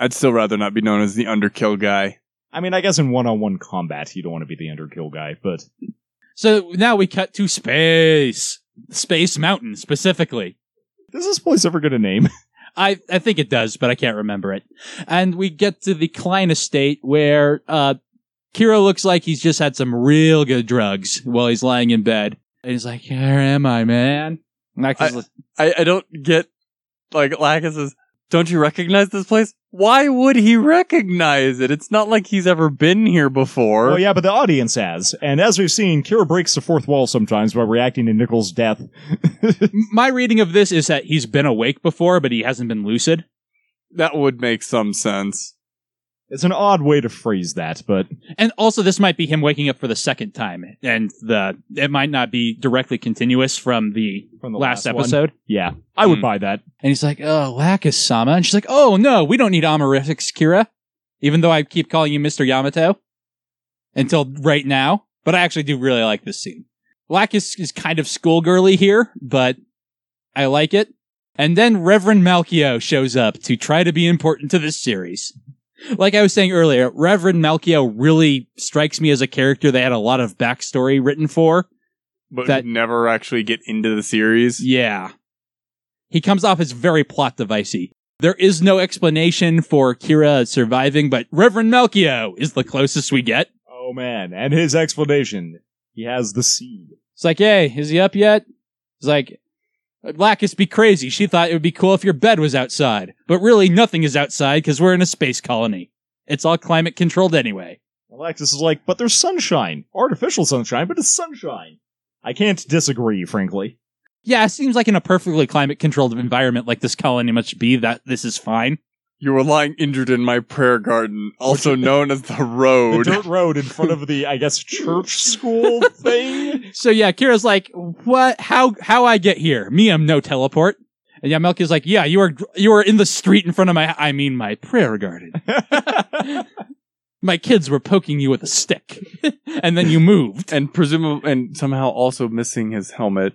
Speaker 6: I'd still rather not be known as the underkill guy.
Speaker 5: I mean, I guess in one on one combat, you don't want to be the underkill guy, but
Speaker 4: So now we cut to space. Space Mountain, specifically.
Speaker 5: does this place ever get a name?
Speaker 4: I, I think it does, but I can't remember it. And we get to the Klein estate where, uh, Kiro looks like he's just had some real good drugs while he's lying in bed. And he's like, Where am I, man? Max is
Speaker 6: I, I don't get, like, Lacus says, don't you recognize this place? Why would he recognize it? It's not like he's ever been here before.
Speaker 5: Well, yeah, but the audience has. And as we've seen, Kira breaks the fourth wall sometimes by reacting to Nichols' death.
Speaker 4: my reading of this is that he's been awake before, but he hasn't been lucid.
Speaker 6: That would make some sense.
Speaker 5: It's an odd way to phrase that, but
Speaker 4: And also, this might be him waking up for the second time, and the it might not be directly continuous from the
Speaker 5: from the
Speaker 4: last,
Speaker 5: last, one-
Speaker 4: episode.
Speaker 5: yeah, I would
Speaker 6: Hmm.
Speaker 5: buy that.
Speaker 4: And he's like, "Oh, Lacus Sama," and she's like, "Oh no, we don't need honorifics, Kira." Even though I keep calling you Mister Yamato until right now, but I actually do really like this scene. Lacus is kind of schoolgirly here, but I like it. And then Reverend Malchio shows up to try to be important to this series. Like I was saying earlier, Reverend Malchio really strikes me as a character they had a lot of backstory written for.
Speaker 6: But
Speaker 4: That-
Speaker 6: never actually get into the series.
Speaker 4: Yeah. He comes off as very plot devicey. There is no explanation for Kira surviving, but Reverend Melchio is the closest we get.
Speaker 5: Oh man, and his explanation. He has the seed.
Speaker 4: It's like, hey, is he up yet? It's like, Lacus be crazy. She thought it would be cool if your bed was outside, but really nothing is outside because we're in a space colony. It's all climate controlled anyway.
Speaker 5: Alexis is like, but there's sunshine. Artificial sunshine, but it's sunshine. I can't disagree, frankly.
Speaker 4: Yeah, it seems like in a perfectly climate controlled environment like this colony must be that this is fine.
Speaker 6: You were lying injured in my prayer garden, also known as the
Speaker 5: The
Speaker 6: road.
Speaker 5: dirt road in front of the, I guess, church school thing.
Speaker 4: So yeah, Kira's like, what? How how I get here? Me, I'm no teleport. And yeah, Melky's like, yeah, you are you are in the street in front of my, I mean, my prayer garden. My kids were poking you with a stick, and then you moved.
Speaker 6: and presumably, and somehow also missing his helmet.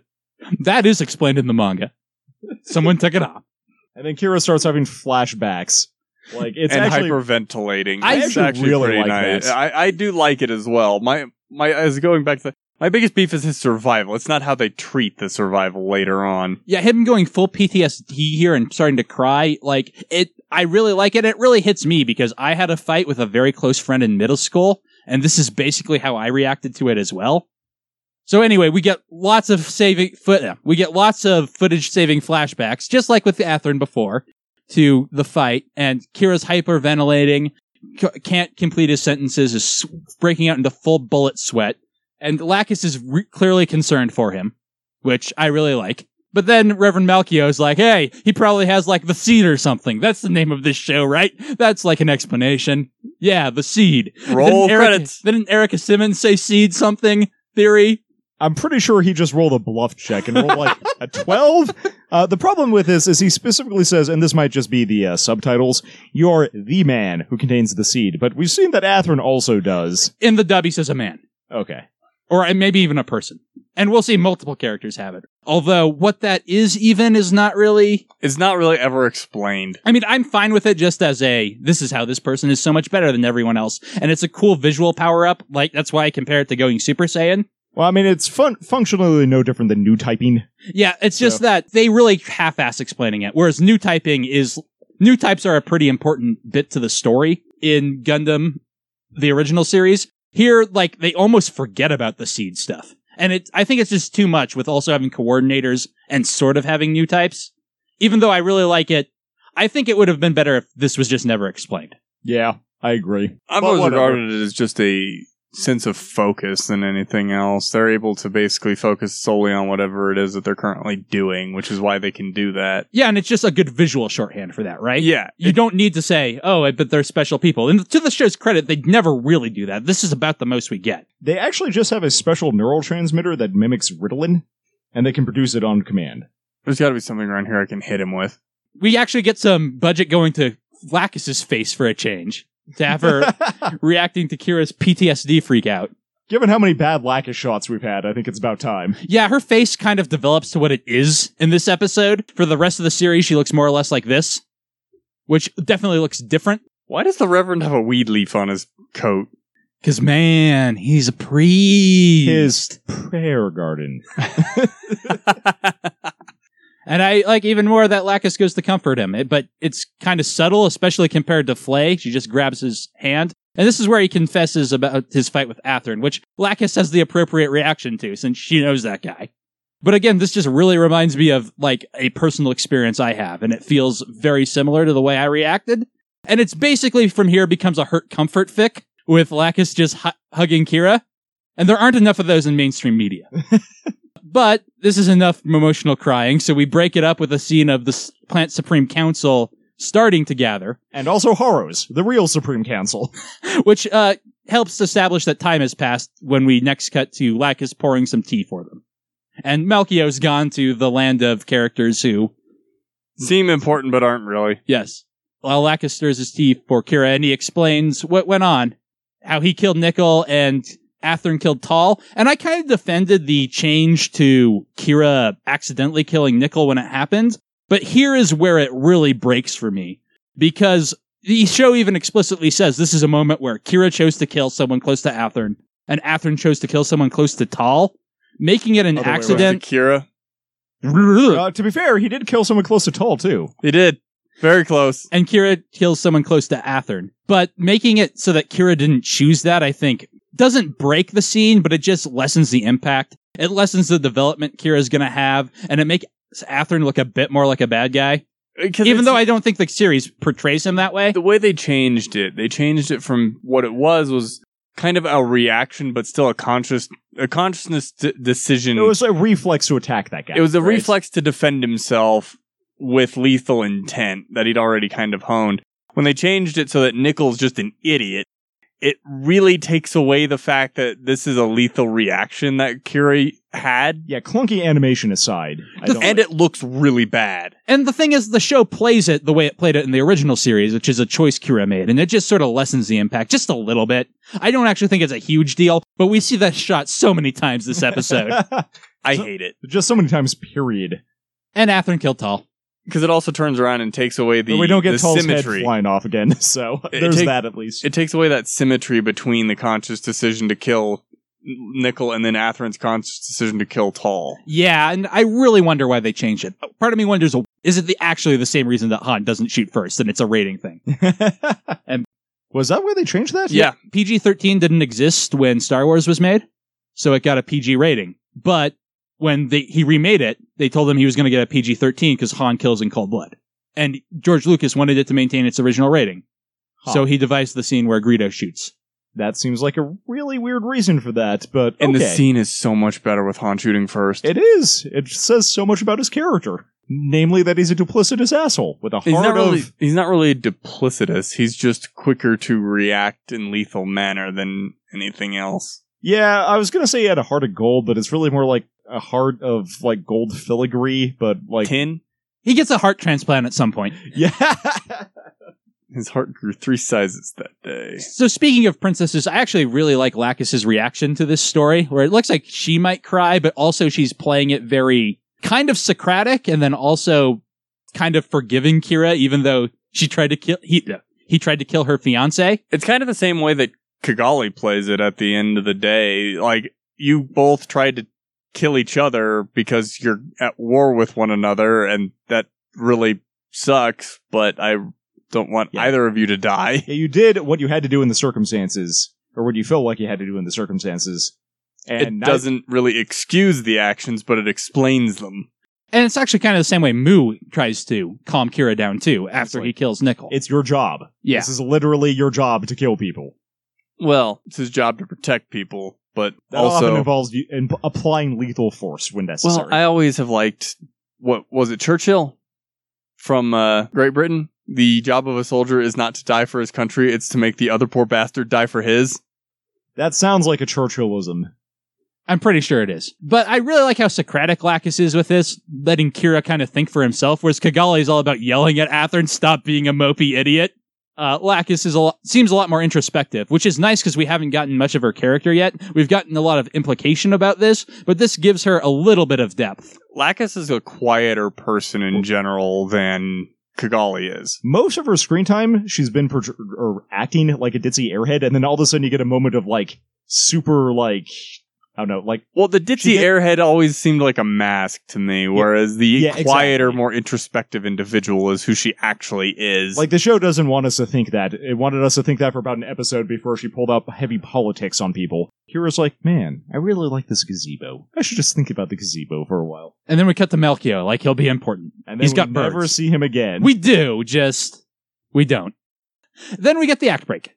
Speaker 4: That is explained in the manga. Someone took it off.
Speaker 5: And then Kira starts having flashbacks. Like it's
Speaker 6: and
Speaker 5: actually
Speaker 6: hyperventilating.
Speaker 4: I
Speaker 6: It's
Speaker 5: actually really like that.
Speaker 6: I, I do like it as well. My my as going back to my biggest beef is his survival. It's not how they treat the survival later on.
Speaker 4: Yeah, him going full PTSD here and starting to cry, like it I really like it. It really hits me because I had a fight with a very close friend in middle school, and this is basically how I reacted to it as well. So anyway, we get lots of saving foot uh, we get lots of footage saving flashbacks, just like with Atherin before, to the fight, and Kira's hyperventilating, c- can't complete his sentences, is s- breaking out into full bullet sweat, and Lacus is re- clearly concerned for him, which I really like. But then Reverend Malchio's like, hey, he probably has like the seed or something. That's the name of this show, right? That's like an explanation. Yeah, the seed.
Speaker 6: Roll
Speaker 4: Didn't Erica-
Speaker 6: credits.
Speaker 4: Didn't Erica Simmons say seed something theory?
Speaker 5: I'm pretty sure he just rolled a bluff check and rolled like a 12. Uh, the problem with this is he specifically says, and this might just be the uh, subtitles, you're the man who contains the seed. But we've seen that Atherin also does.
Speaker 4: In the dub, he says a man.
Speaker 5: Okay.
Speaker 4: Or uh, maybe even a person. And we'll see multiple characters have it. Although what that is even is not really
Speaker 6: It's not really ever explained.
Speaker 4: I mean, I'm fine with it just as a this is how this person is so much better than everyone else. And it's a cool visual power up. Like that's why I compare it to going Super Saiyan.
Speaker 5: Well, I mean, it's fun- functionally no different than new typing.
Speaker 4: Yeah, it's just
Speaker 5: So-
Speaker 4: that they really half ass explaining it. Whereas new typing is new types are a pretty important bit to the story in Gundam, the original series. Here, like they almost forget about the seed stuff. And it I think it's just too much with also having coordinators and sort of having new types. Even though I really like it, I think it would have been better if this was just never explained.
Speaker 5: Yeah, I agree.
Speaker 6: I've
Speaker 5: But
Speaker 6: always
Speaker 5: whatever.
Speaker 6: regarded it as just a sense of focus than anything else. They're able to basically focus solely on whatever it is that they're currently doing, which is why they can do that.
Speaker 4: Yeah, and it's just a good visual shorthand for that, right?
Speaker 6: Yeah,
Speaker 4: You don't need to say, oh, but they're special people. And to the show's credit, they never really do that. This is about the most we get.
Speaker 5: They actually just have a special neurotransmitter that mimics Ritalin, and they can produce it on command.
Speaker 6: there's got to be something around here I can hit him with.
Speaker 4: we actually get some budget going to Lacus's face for a change to have her reacting to Kira's PTSD freak out.
Speaker 5: Given how many bad Lacus shots we've had, I think it's about time.
Speaker 4: Yeah, her face kind of develops to what it is in this episode. For the rest of the series, she looks more or less like this, which definitely looks different.
Speaker 6: Why does the Reverend have a weed leaf on his coat?
Speaker 4: Cause man, he's a priest.
Speaker 5: His prayer garden.
Speaker 4: And I like even more that Lacus goes to comfort him, It- but it's kind of subtle, especially compared to Flay. She just grabs his hand. And this is where he confesses about his fight with Atherin, which Lacus has the appropriate reaction to since she knows that guy. But again, this just really reminds me of like a personal experience I have, and it feels very similar to the way I reacted. And it's basically from here becomes a hurt comfort fic with Lacus just hu- hugging Kira. And there aren't enough of those in mainstream media. But this is enough emotional crying, so we break it up with a scene of the S- Plant Supreme Council starting to gather,
Speaker 5: And also Horus, the real Supreme Council.
Speaker 4: which uh, helps establish that time has passed when we next cut to Lacus pouring some tea for them. And Malchio's gone to the land of characters who,
Speaker 6: Seem important, but aren't really.
Speaker 4: yes, while Lacus stirs his tea for Kira, and he explains what went on, how he killed Nickel and Atherin killed Tall. And I kind of defended the change to Kira accidentally killing Nickel when it happened. But here is where it really breaks for me because the show even explicitly says this is a moment where Kira chose to kill someone close to Atherin and Atherin chose to kill someone close to Tal, making it an
Speaker 6: Oh,
Speaker 5: Other way
Speaker 4: accident.
Speaker 6: Kira.
Speaker 5: Uh, to be fair, he did kill someone close to Tall, too.
Speaker 6: He did. Very close.
Speaker 4: and Kira kills someone close to Athern. But making it so that Kira didn't choose that, I think, doesn't break the scene, but it just lessens the impact. It lessens the development Kira's gonna have, and it make Atherin look a bit more like a bad guy,
Speaker 6: Uh, 'Cause
Speaker 4: even
Speaker 6: it's-
Speaker 4: though I don't think the series portrays him that way.
Speaker 6: the way they changed it, they changed it from what it was was kind of a reaction, but still a conscious a consciousness d- decision.
Speaker 5: It was a reflex to attack that guy.
Speaker 6: Hmm. It was a
Speaker 5: right?
Speaker 6: reflex to defend himself with lethal intent that he'd already kind of honed. When they changed it so that Nickel's just an idiot, it really takes away the fact that this is a lethal reaction that Curie had,
Speaker 5: Yeah, clunky animation aside. I don't
Speaker 6: and
Speaker 5: like-
Speaker 6: it looks really bad.
Speaker 4: And the thing is, the show plays it the way it played it in the original series, which is a choice Kira made, and it just sort of lessens the impact just a little bit. I don't actually think it's a huge deal, but we see that shot so many times this episode.
Speaker 6: I
Speaker 5: So-
Speaker 6: hate it
Speaker 5: just so many times, period.
Speaker 4: and Atherin killed Tall.
Speaker 6: because it also turns around and takes away the
Speaker 5: But we don't
Speaker 6: the
Speaker 5: get Tull's head
Speaker 6: symmetry.
Speaker 5: flying off again, so
Speaker 6: It
Speaker 5: there's
Speaker 6: take-
Speaker 5: that at least.
Speaker 6: it takes away that symmetry between the conscious decision to kill Nickel and then Atherin's conscious decision to kill Tall.
Speaker 4: Yeah, and I really wonder why they changed it. Part of me wonders, is it the actually the same reason that Han doesn't shoot first, and it's a rating thing? And-
Speaker 5: was that where they changed that?
Speaker 6: Yeah.
Speaker 4: PG 13 didn't exist when Star Wars was made, so it got a PG rating. But when they, he remade it, they told him he was going to get a PG 13 because Han kills in cold blood. And George Lucas wanted it to maintain its original rating.
Speaker 5: Huh.
Speaker 4: So he devised the scene where Greedo shoots.
Speaker 5: That seems like a really weird reason for that, but
Speaker 6: And the
Speaker 5: okay.
Speaker 6: scene is so much better with Han shooting first.
Speaker 5: It is. It says so much about his character. Namely that he's a duplicitous asshole with a
Speaker 6: he's
Speaker 5: heart
Speaker 6: not really
Speaker 5: of
Speaker 6: he's not really duplicitous. He's just quicker to react in lethal manner than anything else.
Speaker 5: Yeah, I was gonna say he had a heart of gold, but it's really more like a heart of like gold filigree, but like
Speaker 6: Tin,
Speaker 4: He gets a heart transplant at some point.
Speaker 5: Yeah.
Speaker 6: his heart grew three sizes that day.
Speaker 4: So speaking of princesses, I actually really like Lacus's reaction to this story, where it looks like she might cry, but also she's playing it very kind of Socratic, and then also kind of forgiving Kira, even though she tried to kill he he tried to kill her fiance.
Speaker 6: It's kind of the same way that Kigali plays it at the end of the day. Like you both tried to kill each other because you're at war with one another and that really sucks, but I don't want
Speaker 5: Yeah.
Speaker 6: either of you to die.
Speaker 5: yeah, you did what you had to do in the circumstances, or what you felt like you had to do in the circumstances. And
Speaker 6: it
Speaker 5: not-
Speaker 6: doesn't really excuse the actions, but it explains them.
Speaker 4: And it's actually kind of the same way Moo tries to calm Kira down too after he
Speaker 5: like-
Speaker 4: kills Nickel.
Speaker 5: it's your job.
Speaker 4: Yeah.
Speaker 5: This is literally your job to kill people.
Speaker 6: Well, it's his job to protect people, but
Speaker 5: That often
Speaker 6: also
Speaker 5: involves you in applying lethal force when necessary.
Speaker 6: well, I always have liked what was it Churchill from uh, Great Britain. The job of a soldier is not to die for his country; it's to make the other poor bastard die for his.
Speaker 5: that sounds like a Churchillism.
Speaker 4: I'm pretty sure it is. But I really like how Socratic Lacus is with this, letting Kira kind of think for himself, whereas Kigali is all about yelling at Atherin, stop being a mopey idiot. Uh, Lacus is a lot, seems a lot more introspective, which is nice because we haven't gotten much of her character yet. We've gotten a lot of implication about this, but this gives her a little bit of depth.
Speaker 6: Lacus is a quieter person in general than Kigali is.
Speaker 5: Most of her screen time, she's been portr- or acting like a ditzy airhead, and then all of a sudden you get a moment of like super like I don't know, like
Speaker 6: Well, the ditzy
Speaker 5: She did-
Speaker 6: airhead always seemed like a mask to me, whereas the
Speaker 5: Yeah, exactly.
Speaker 6: quieter, more introspective individual is who she actually is.
Speaker 5: like the show doesn't want us to think that. It wanted us to think that for about an episode before she pulled up heavy politics on people. Hero's like, man, I really like this gazebo. I should just think about the gazebo for a while,
Speaker 4: And then we cut to Melchior, like he'll be important.
Speaker 5: and then
Speaker 4: He's
Speaker 5: we
Speaker 4: got
Speaker 5: never
Speaker 4: birds.
Speaker 5: see him again.
Speaker 4: We do, just we don't. Then we get the act break.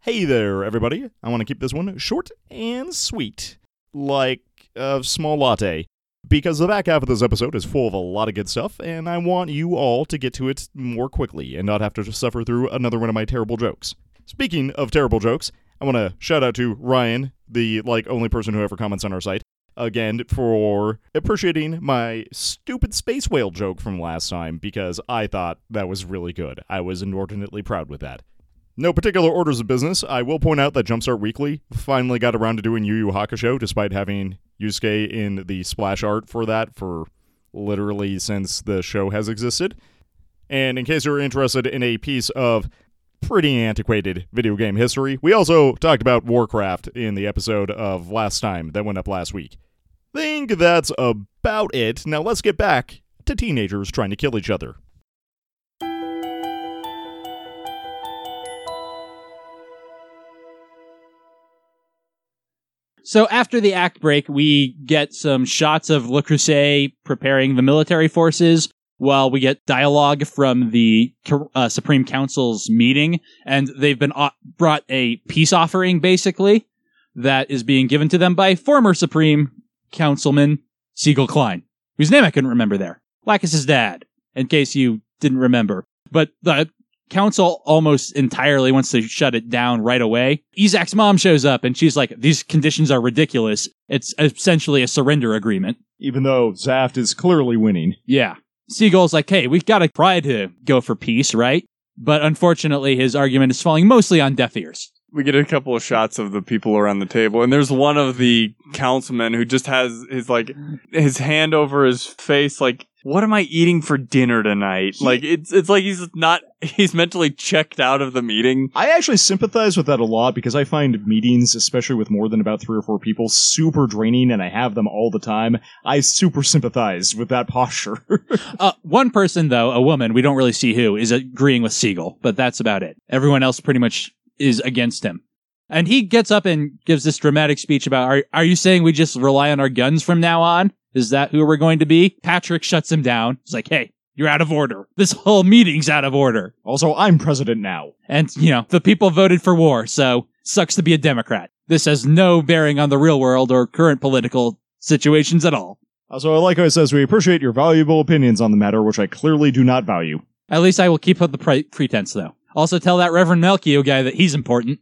Speaker 7: Hey there, everybody. I want to keep this one short and sweet, like a small latte, because the back half of this episode is full of a lot of good stuff, and I want you all to get to it more quickly and not have to suffer through another one of my terrible jokes. Speaking of terrible jokes, I want to shout out to Ryan, the like only person who ever comments on our site, again for appreciating my stupid space whale joke from last time because I thought that was really good. I was inordinately proud with that. No particular orders of business. I will point out that Jumpstart Weekly finally got around to doing Yu Yu Hakusho, despite having Yusuke in the splash art for that for literally since the show has existed. And in case you're interested in a piece of pretty antiquated video game history, we also talked about Warcraft in the episode of last time that went up last week. Think that's about it. Now let's get back to teenagers trying to kill each other.
Speaker 4: So after the act break, we get some shots of Le Creuset preparing the military forces, while we get dialogue from the uh, Supreme Council's meeting, and they've been o- brought a peace offering, basically, that is being given to them by former Supreme Councilman Siegel Klein, whose name I couldn't remember there. Lacus's dad, in case you didn't remember. But uh, the council almost entirely wants to shut it down right away. Isaac's mom shows up and she's like, These conditions are ridiculous. It's essentially a surrender agreement.
Speaker 5: Even though Zaft is clearly winning.
Speaker 4: Yeah. Siegel's like, Hey, we've got to try to go for peace, right? But unfortunately, his argument is falling mostly on deaf ears.
Speaker 6: we get a couple of shots of the people around the table, and there's one of the councilmen who just has his like his hand over his face, like, "What am I eating for dinner tonight?" Like it's it's like he's not he's mentally checked out of the meeting.
Speaker 5: I actually sympathize with that a lot because I find meetings, especially with more than about three or four people, super draining and I have them all the time. I super sympathize with that posture.
Speaker 4: Uh, one person, though, a woman, we don't really see who, is agreeing with Siegel, but that's about it. Everyone else pretty much is against him. And he gets up and gives this dramatic speech about, are, are you saying we just rely on our guns from now on? Is that who we're going to be? Patrick shuts him down. He's like, hey, you're out of order. This whole meeting's out of order.
Speaker 5: also, I'm president now.
Speaker 4: And, you know, the people voted for war, so sucks to be a Democrat. This has no bearing on the real world or current political situations at all.
Speaker 5: Also, I like how it says, we appreciate your valuable opinions on the matter, which I clearly do not value.
Speaker 4: At least I will keep up the pre- pretense, though. Also, tell that Reverend Melchio guy that he's important.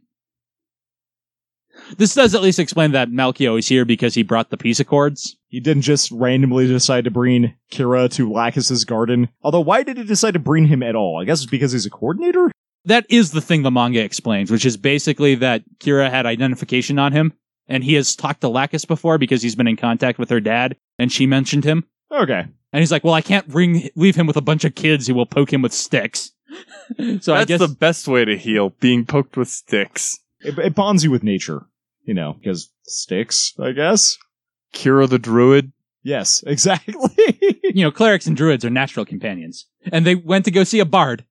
Speaker 4: This does at least explain that Malchio is here because he brought the peace accords.
Speaker 5: He didn't just randomly decide to bring Kira to Lacus's garden. Although, why did he decide to bring him at all? I guess it's because he's a coordinator?
Speaker 4: That is the thing the manga explains, which is basically that Kira had identification on him, and he has talked to Lacus before because he's been in contact with her dad, and she mentioned him.
Speaker 5: Okay.
Speaker 4: And he's like, "Well, I can't bring leave him with a bunch of kids who will poke him with sticks." so
Speaker 6: That's
Speaker 4: I guess
Speaker 6: the best way to heal: being poked with sticks.
Speaker 5: It, it bonds you with nature, you know, because sticks, I guess?
Speaker 6: Kira the Druid.
Speaker 5: Yes, exactly.
Speaker 4: you know, clerics and druids are natural companions, and they went to go see a bard.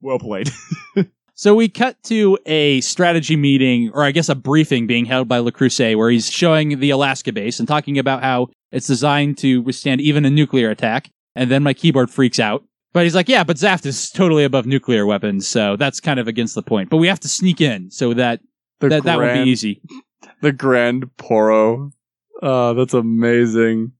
Speaker 5: well played.
Speaker 4: So we cut to a strategy meeting, or I guess a briefing being held by Le Creuset, where he's showing the Alaska base and talking about how it's designed to withstand even a nuclear attack. And then my keyboard freaks out. But he's like, yeah, but Zaft is totally above nuclear weapons, so that's kind of against the point. But we have to sneak in so that
Speaker 6: The
Speaker 4: that, that
Speaker 6: grand,
Speaker 4: would be easy.
Speaker 6: The Grand Poro. Oh, that's amazing.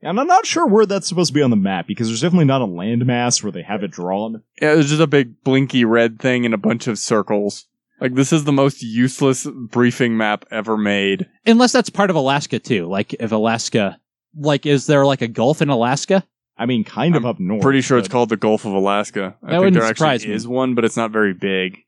Speaker 5: And I'm not sure where that's supposed to be on the map because there's definitely not a landmass where they have it drawn.
Speaker 6: Yeah, it was just a big blinky red thing and a bunch of circles. Like this is the most useless briefing map ever made.
Speaker 4: Unless that's part of Alaska too. Like if Alaska like is there like a gulf in Alaska?
Speaker 5: I mean, kind
Speaker 6: I'm
Speaker 5: of up north.
Speaker 6: Pretty sure it's
Speaker 5: but-
Speaker 6: called the Gulf of Alaska. I
Speaker 4: That
Speaker 6: think
Speaker 4: wouldn't
Speaker 6: there
Speaker 4: surprise
Speaker 6: actually
Speaker 4: me.
Speaker 6: is one, but it's not very big.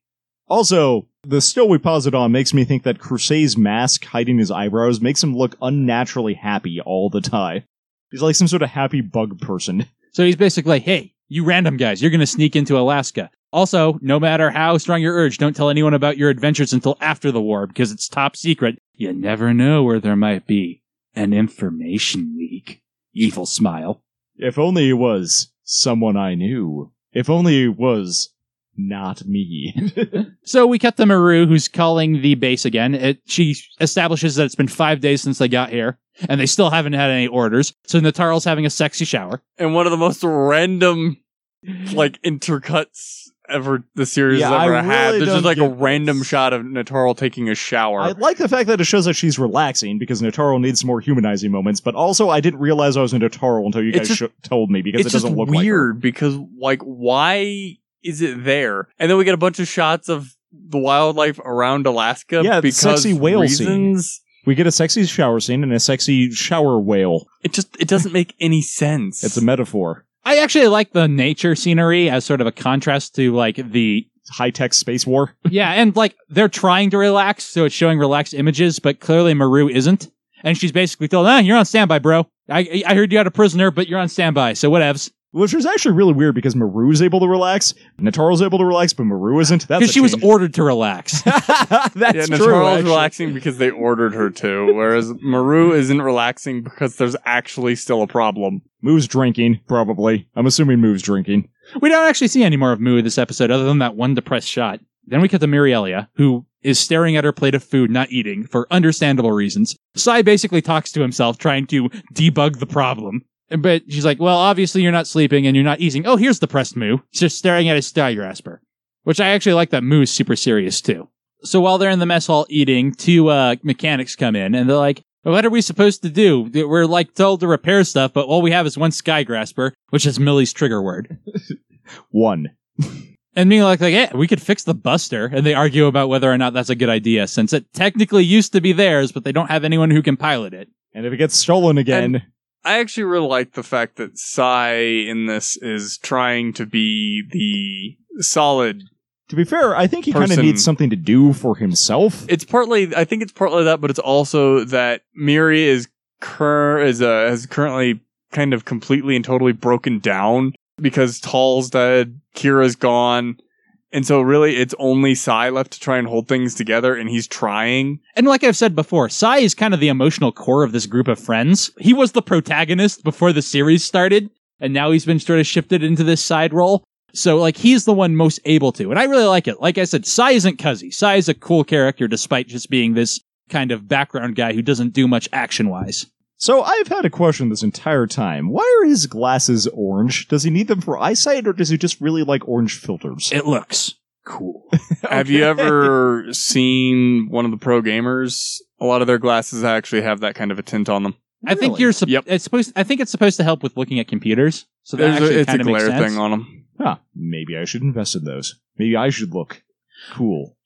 Speaker 5: Also, the still we pause it on makes me think that Crusade's mask hiding his eyebrows makes him look unnaturally happy all the time. He's like some sort of happy bug person.
Speaker 4: So he's basically like, hey, you random guys, you're going to sneak into Alaska. Also, no matter how strong your urge, don't tell anyone about your adventures until after the war because it's top secret. You never know where there might be an information leak. Evil smile.
Speaker 5: If only it was someone I knew. If only it was not me.
Speaker 4: So we cut to Maru, who's calling the base again. It, she establishes that it's been five days since they got here, and they still haven't had any orders. So Natarl's having a sexy shower.
Speaker 6: And one of the most random like intercuts ever the series
Speaker 5: Yeah,
Speaker 6: has ever
Speaker 5: I
Speaker 6: had.
Speaker 5: really
Speaker 6: There's
Speaker 5: don't
Speaker 6: just like a
Speaker 5: get
Speaker 6: random
Speaker 5: this.
Speaker 6: shot of Nataro taking a shower.
Speaker 5: I like the fact that it shows that she's relaxing because Notaro needs more humanizing moments, but also I didn't realize I was Notaro until you
Speaker 6: It's
Speaker 5: guys
Speaker 6: just-
Speaker 5: sho- told me because
Speaker 6: it's
Speaker 5: it doesn't
Speaker 6: just
Speaker 5: look like her.
Speaker 6: weird because like why is it there? And then we get a bunch of shots of the wildlife around Alaska
Speaker 5: Yeah, the
Speaker 6: because
Speaker 5: sexy whale scene.
Speaker 6: reasons.
Speaker 5: We get a sexy shower scene and a sexy shower whale.
Speaker 6: It just it doesn't make any sense.
Speaker 5: It's a metaphor.
Speaker 4: I actually like the nature scenery as sort of a contrast to like the
Speaker 5: High tech space war.
Speaker 4: yeah, and like they're trying to relax, so it's showing relaxed images, but clearly Maru isn't. And she's basically told, ah, you're on standby, bro. I, I heard you had a prisoner, but you're on standby, so whatevs.
Speaker 5: Which is actually really weird because Maru's able to relax, Nataro's able to relax, but Maru isn't. That's
Speaker 4: Because
Speaker 5: a
Speaker 4: she was
Speaker 5: change.
Speaker 4: ordered to relax.
Speaker 5: That's
Speaker 6: yeah,
Speaker 5: true.
Speaker 6: Natara's
Speaker 5: actually.
Speaker 6: relaxing because they ordered her to, whereas Maru isn't relaxing because there's actually still a problem.
Speaker 5: Moo's drinking, probably. I'm assuming Moo's drinking.
Speaker 4: we don't actually see any more of Moo this episode, other than that one depressed shot. Then we cut to Mirelia, who is staring at her plate of food, not eating, for understandable reasons. Sai basically talks to himself, trying to debug the problem. But she's like, well, obviously you're not sleeping and you're not eating. Oh, here's the pressed moo. He's just staring at his star grasper. Which I actually like that moo's super serious too. So while they're in the mess hall eating, two uh, mechanics come in and they're like, what are we supposed to do? We're like told to repair stuff, but all we have is one sky grasper, which is Millie's trigger word.
Speaker 5: One.
Speaker 4: And being like, like, yeah, we could fix the Buster, and they argue about whether or not that's a good idea, since it technically used to be theirs, but they don't have anyone who can pilot it.
Speaker 5: And if it gets stolen again,
Speaker 6: I actually really like the fact that Psy in this is trying to be the solid.
Speaker 5: to be fair, I think he kind of
Speaker 6: Person-
Speaker 5: needs something to do for himself.
Speaker 6: It's partly, I think it's partly that, but it's also that Miri is cur is uh, has currently kind of completely and totally broken down because Tall's dead, Kira's gone, and so really it's only Psy left to try and hold things together, and he's trying.
Speaker 4: And like I've said before, Sai is kind of the emotional core of this group of friends. He was the protagonist before the series started, and now he's been sort of shifted into this side role. So like he's the one most able to, and I really like it. Like I said, Sai isn't cuzzy. Sai is a cool character despite just being this kind of background guy who doesn't do much action wise.
Speaker 5: So I've had a question this entire time. Why are his glasses orange? Does he need them for eyesight, or does he just really like orange filters?
Speaker 4: It looks cool.
Speaker 6: Have you ever seen one of the pro gamers? A lot of their glasses actually have that kind of a tint on them.
Speaker 4: I think you're sup-
Speaker 6: Yep.
Speaker 4: it's supposed. I think it's supposed to help with looking at computers. So that
Speaker 6: There's
Speaker 4: actually
Speaker 6: a, it's a
Speaker 4: kind of makes
Speaker 6: glare
Speaker 4: sense.
Speaker 6: thing on them.
Speaker 5: Huh, maybe I should invest in those. Maybe I should look cool.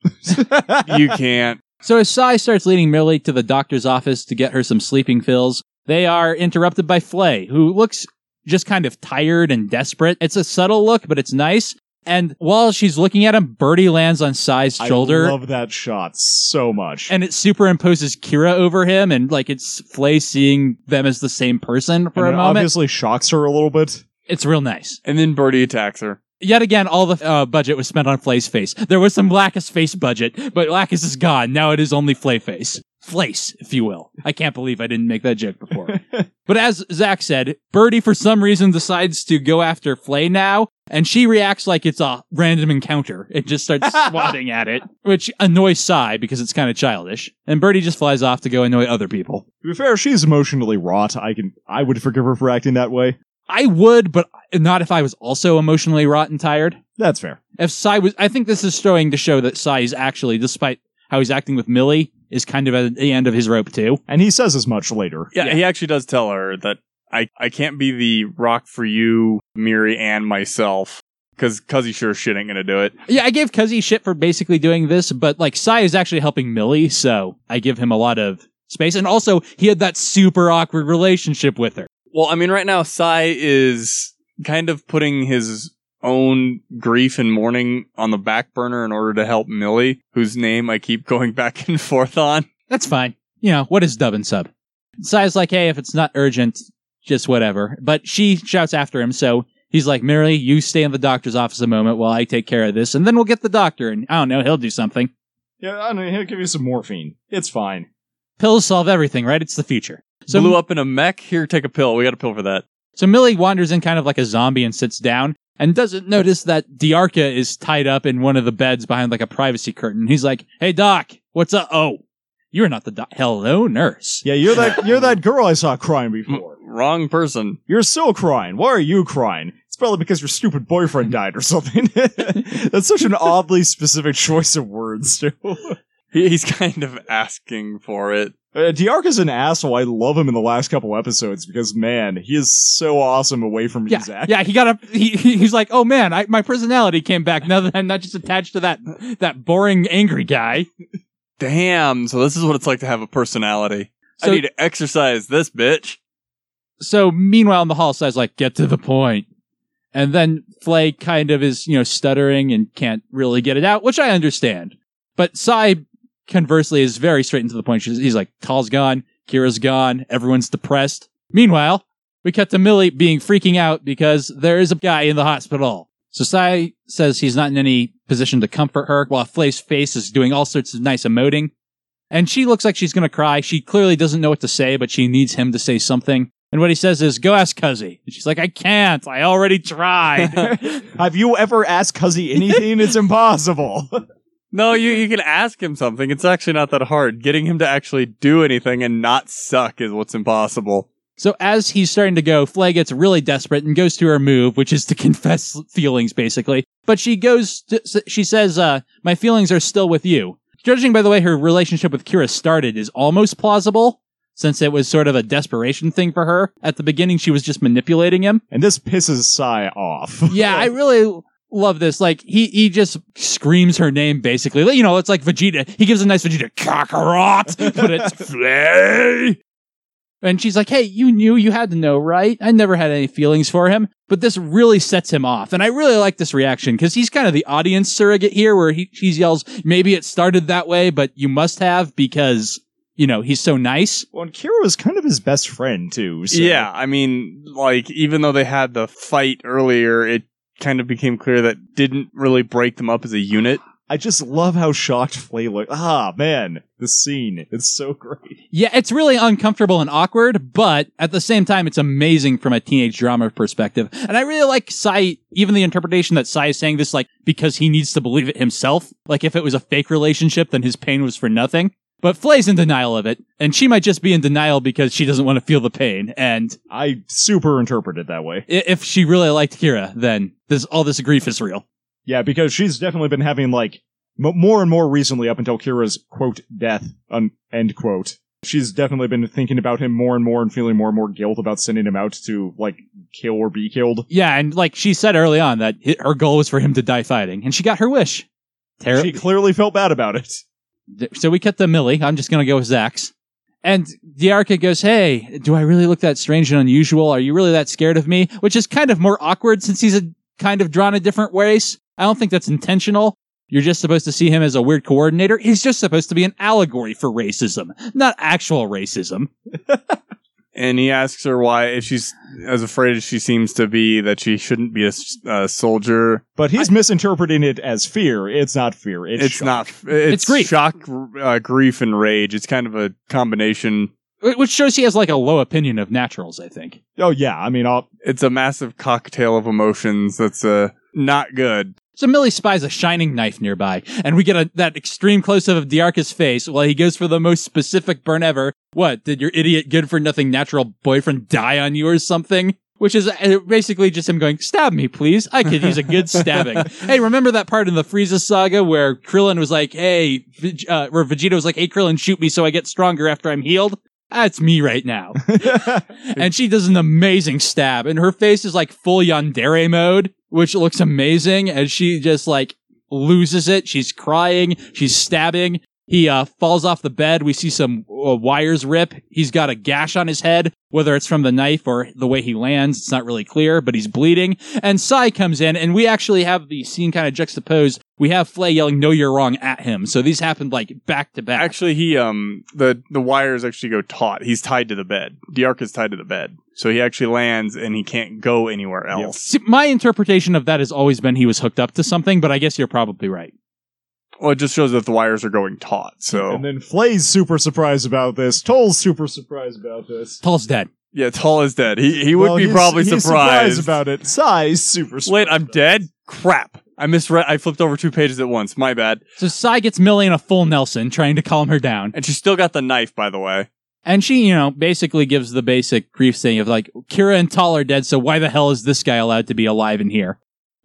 Speaker 6: you can't.
Speaker 4: So as Sai starts leading Millie to the doctor's office to get her some sleeping pills, they are interrupted by Flay, who looks just kind of tired and desperate. It's a subtle look, but it's nice. And while she's looking at him, Birdie lands on Sai's shoulder.
Speaker 5: I love that shot so much.
Speaker 4: and it superimposes Kira over him, and like it's Flay seeing them as the same person for
Speaker 5: And
Speaker 4: a
Speaker 5: it
Speaker 4: moment.
Speaker 5: obviously shocks her a little bit.
Speaker 4: it's real nice.
Speaker 6: And then Birdie attacks her.
Speaker 4: Yet again, all the uh, budget was spent on Flay's face. There was some Lacus face budget, but Lacus is gone. Now it is only Flay face. Flace, if you will. I can't believe I didn't make that joke before. but as Zach said, Birdie for some reason decides to go after Flay now, and she reacts like it's a random encounter. It just starts swatting at it, which annoys Sai because it's kind of childish. And Birdie just flies off to go annoy other people.
Speaker 5: To be fair, she's emotionally wrought. I can, I would forgive her for acting that way.
Speaker 4: I would, but not if I was also emotionally wrought and tired.
Speaker 5: That's fair.
Speaker 4: if Sai was, I think this is showing to show that Sai is actually, despite how he's acting with Millie, is kind of at the end of his rope too.
Speaker 5: And he says as much later.
Speaker 6: Yeah, he actually does tell her that I, I can't be the rock for you, Miri, and myself. Because Cuzzy sure as shit ain't gonna do it.
Speaker 4: Yeah, I gave Cuzzy shit for basically doing this, but like Sai is actually helping Millie, so I give him a lot of space. And also, he had that super awkward relationship with her.
Speaker 6: Well, I mean, right now, Sai is kind of putting his own grief and mourning on the back burner in order to help Millie, whose name I keep going back and forth on.
Speaker 4: That's fine. You know, what is dub and sub? Sai's like, hey, if it's not urgent, just whatever. But she shouts after him, so he's like, Millie, you stay in the doctor's office a moment while I take care of this, and then we'll get the doctor, and I don't know, he'll do something.
Speaker 5: Yeah, I know. He'll give you some morphine. It's fine.
Speaker 4: Pills solve everything, right? It's the future. So,
Speaker 6: Blew up in a mech. Here, take a pill. We got a pill for that.
Speaker 4: so Millie wanders in kind of like a zombie and sits down and doesn't notice that Diarca is tied up in one of the beds behind like a privacy curtain. He's like, "Hey doc, what's up? Oh, you're not the doc. Hello, nurse.
Speaker 5: Yeah, you're that you're that girl I saw crying
Speaker 4: Mm.
Speaker 5: before.
Speaker 6: Wrong person.
Speaker 5: You're still crying. Why are you crying? It's probably because your stupid boyfriend died or something. That's such an oddly specific choice of words, too.
Speaker 6: He- He's kind of asking for it.
Speaker 5: Uh, Diarca's an asshole. I love him in the last couple episodes because, man, he is so awesome away from
Speaker 4: Yeah,
Speaker 5: Zach.
Speaker 4: yeah. He got up. He, he- he's like, "Oh man, I, my personality came back now that I'm not just attached to that that boring angry guy."
Speaker 6: Damn, so this is what it's like to have a personality.
Speaker 4: So-
Speaker 6: I need to exercise this bitch.
Speaker 4: So meanwhile, in the hall, Sai's like, get to the point. And then Flay kind of is, you know, stuttering and can't really get it out, which I understand. But Sai, conversely, is very straight and to the point. She's, he's like, Tal's gone, Kira's gone, everyone's depressed. Meanwhile, we cut to Millie being freaking out because there is a guy in the hospital. So Sai says he's not in any position to comfort her, while Flay's face is doing all sorts of nice emoting. And she looks like she's going to cry. She clearly doesn't know what to say, but she needs him to say something. And what he says is, go ask Cuzzy. And she's like, I can't. I already tried.
Speaker 5: Have you ever asked Cuzzy anything? it's impossible.
Speaker 6: No, you, you can ask him something. It's actually not that hard. Getting him to actually do anything and not suck is what's impossible.
Speaker 4: So as he's starting to go, Flay gets really desperate and goes to her move, which is to confess feelings, basically. But she goes, to, she says, uh, "My feelings are still with you." Judging by the way her relationship with Kira started is almost plausible, since it was sort of a desperation thing for her. At the beginning, she was just manipulating him.
Speaker 5: And this pisses Sai off.
Speaker 4: Yeah, I really love this. Like he he just screams her name basically. Like, You know, it's like Vegeta. He gives a nice Vegeta Kakarot, but it's Flay. And she's like, "Hey, you knew you had to know, right? I never had any feelings for him." But this really sets him off, and I really like this reaction because he's kind of the audience surrogate here, where he she yells, "Maybe it started that way, but you must have because you know he's so nice."
Speaker 5: Well, and Kira was kind of his best friend too. So.
Speaker 6: Yeah, I mean, like, even though they had the fight earlier, it kind of became clear that didn't really break them up as a unit.
Speaker 5: I just love how shocked Flay looked. Ah, man, this scene. It's so great.
Speaker 4: Yeah, it's really uncomfortable and awkward, but at the same time, it's amazing from a teenage drama perspective. And I really like Sai, even the interpretation that Sai is saying this, like, because he needs to believe it himself. Like, if it was a fake relationship, then his pain was for nothing. But Flay's in denial of it, and she might just be in denial because she doesn't want to feel the pain. And
Speaker 5: I super interpret it that way.
Speaker 4: i- if she really liked Kira, then this all this grief is real.
Speaker 5: Yeah, because she's definitely been having like m- more and more recently up until Kira's quote death un- end quote. She's definitely been thinking about him more and more and feeling more and more guilt about sending him out to like kill or be killed.
Speaker 4: Yeah, and like she said early on that hi- her goal was for him to die fighting, and she got her wish. Terri-
Speaker 5: She clearly felt bad about it.
Speaker 4: Th- so we cut the Millie. I'm just gonna go with Zach's. And Diarca goes, "Hey, do I really look that strange and unusual? Are you really that scared of me?" Which is kind of more awkward since he's a kind of drawn a different ways. I don't think that's intentional. You're just supposed to see him as a weird coordinator. He's just supposed to be an allegory for racism, not actual racism.
Speaker 6: And he asks her why, if she's as afraid as she seems to be, that she shouldn't be a s- a soldier.
Speaker 5: But he's misinterpreting it as fear. It's not fear. It's,
Speaker 6: It's
Speaker 5: shock.
Speaker 6: not. It's,
Speaker 4: It's grief.
Speaker 6: Shock, uh, grief, and rage. It's kind of a combination.
Speaker 4: Wh- Which shows he has like a low opinion of naturals, I think.
Speaker 5: Oh yeah, I mean, I'll,
Speaker 6: It's a massive cocktail of emotions. That's uh, not good.
Speaker 4: So Millie spies a shining knife nearby, and we get a, that extreme close-up of Diarca's face while he goes for the most specific burn ever. What, did your idiot good-for-nothing natural boyfriend die on you or something? Which is uh, basically just him going, stab me, please. I could use a good stabbing. hey, remember that part in the Frieza saga where Krillin was like, hey, Veg- uh, where Vegeta was like, hey, Krillin, shoot me so I get stronger after I'm healed? That's me right now. and she does an amazing stab, and her face is like full Yandere mode, which looks amazing. And she just like loses it. She's crying. She's stabbing. He uh, falls off the bed. We see some uh, wires rip. He's got a gash on his head, whether it's from the knife or the way he lands. It's not really clear, but he's bleeding. And Sai comes in, and we actually have the scene kind of juxtaposed. We have Flay yelling, "No, you're wrong" at him. So these happened like back to back.
Speaker 6: Actually, he um the the wires actually go taut. He's tied to the bed. Diarc is tied to the bed, so he actually lands and he can't go anywhere else.
Speaker 4: See, my interpretation of that has always been he was hooked up to something, but I guess you're probably right.
Speaker 6: Well, it just shows that the wires are going taut. So
Speaker 5: and then Flay's super surprised about this. Toll's super surprised about this.
Speaker 4: Paul's dead.
Speaker 6: yeah, Tall is dead. He he would
Speaker 5: Well,
Speaker 6: be
Speaker 5: he's-
Speaker 6: probably
Speaker 5: he's
Speaker 6: surprised.
Speaker 5: about it. Sai's super surprised.
Speaker 6: Wait, I'm
Speaker 5: about
Speaker 6: dead. Crap! I misread. I flipped over two pages at once. My bad.
Speaker 4: So Sai gets Millie in a full Nelson, trying to calm her down.
Speaker 6: And she still got the knife, by the way.
Speaker 4: And she, you know, basically gives the basic grief saying of like, Kira and Tal are dead, so why the hell is this guy allowed to be alive in here?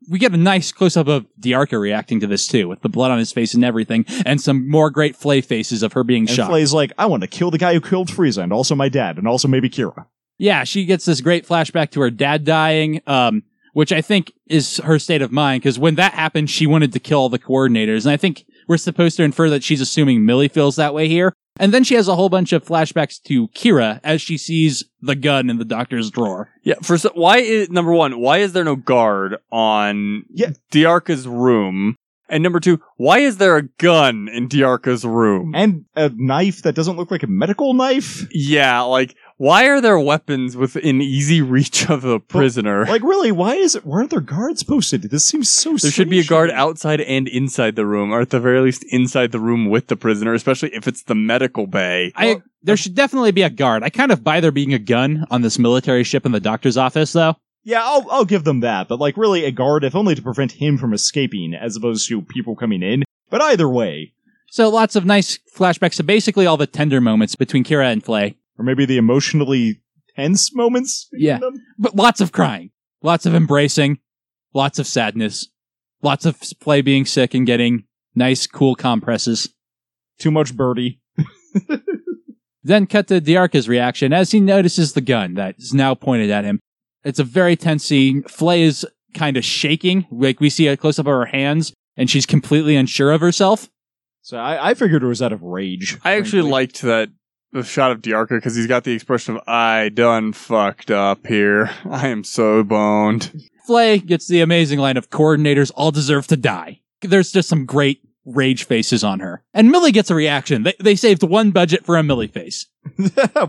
Speaker 4: We get a nice close up of Diarca reacting to this too, with the blood on his face and everything, and some more great flay faces of her being
Speaker 5: And
Speaker 4: shocked.
Speaker 5: Flay's like, I want to kill the guy who killed Frieza and also my dad and also maybe Kira.
Speaker 4: yeah, she gets this great flashback to her dad dying, um, which I think is her state of mind. Because when that happened, she wanted to kill all the coordinators, and I think we're supposed to infer that she's assuming Millie feels that way here. And then she has a whole bunch of flashbacks to Kira as she sees the gun in the doctor's drawer.
Speaker 6: Yeah. For so, why is number one? Why is there no guard on
Speaker 5: Yeah.
Speaker 6: Diarca's room? And number two, why is there a gun in Diarca's room?
Speaker 5: And a knife that doesn't look like a medical knife?
Speaker 6: Yeah, like why are there weapons within easy reach of a prisoner?
Speaker 5: Like, really, why is it? Why aren't there guards posted? This seems so
Speaker 6: there
Speaker 5: strange
Speaker 6: should be a
Speaker 5: to
Speaker 6: guard
Speaker 5: me.
Speaker 6: outside and inside the room, or at the very least inside the room with the prisoner, especially if it's the medical bay.
Speaker 4: I there should definitely be a guard. I kind of buy there being a gun on this military ship in the doctor's office, though.
Speaker 5: Yeah, I'll, I'll give them that. But, like, really, a guard, if only to prevent him from escaping as opposed to people coming in. But either way,
Speaker 4: So lots of nice flashbacks to basically all the tender moments between Kira and Flay.
Speaker 5: or maybe the emotionally tense moments. in
Speaker 4: Yeah.
Speaker 5: them.
Speaker 4: But lots of crying, lots of embracing, lots of sadness, lots of Flay being sick and getting nice, cool compresses.
Speaker 5: Too much birdie.
Speaker 4: Then cut to Diarca's reaction as he notices the gun that is now pointed at him. It's a very tense scene. Flay is kind of shaking. Like we see a close up of her hands and she's completely unsure of herself.
Speaker 5: So I, I figured it was out of rage.
Speaker 6: I actually
Speaker 5: frankly.
Speaker 6: liked that the shot of Diarca because he's got the expression of "I done fucked up here. I am so boned."
Speaker 4: Flay gets the amazing line of coordinators all deserve to die. There's just some great rage faces on her. And Millie gets a reaction. They, they saved one budget for a Millie face.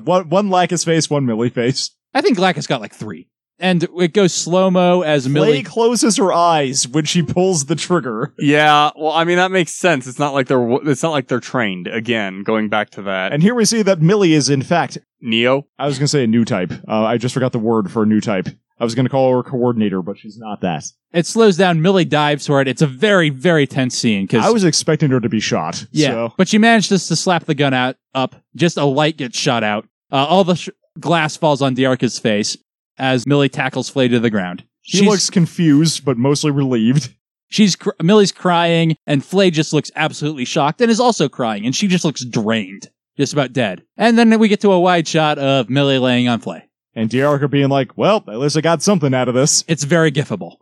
Speaker 5: one one Lacus face, one Millie face.
Speaker 4: I think Lacus got like three. And it goes slow mo as
Speaker 5: Millie
Speaker 4: Millie.
Speaker 5: closes her eyes when she pulls the trigger.
Speaker 6: Yeah, well, I mean that makes sense. It's not like they're w- it's not like they're trained. Again, going back to that,
Speaker 5: And here we see that Millie is in fact.
Speaker 6: Neo.
Speaker 5: I was going to say a new type. Uh, I just forgot the word for a new type. I was going to call her coordinator, but she's not that.
Speaker 4: It slows down. Millie dives for it. It's a very, very tense scene because
Speaker 5: I was expecting her to be shot.
Speaker 4: Yeah,
Speaker 5: so.
Speaker 4: but she managed just to slap the gun out up. Just a light gets shot out. Uh, all the sh- glass falls on Diarca's face as Millie tackles Flay to the ground.
Speaker 5: she
Speaker 4: she's,
Speaker 5: looks confused, but mostly relieved.
Speaker 4: she's cr- Millie's crying, and Flay just looks absolutely shocked and is also crying, and she just looks drained, just about dead. And then we get to a wide shot of Millie laying on Flay.
Speaker 5: And Diarca being like, well, at least I got something out of this.
Speaker 4: It's very gifable.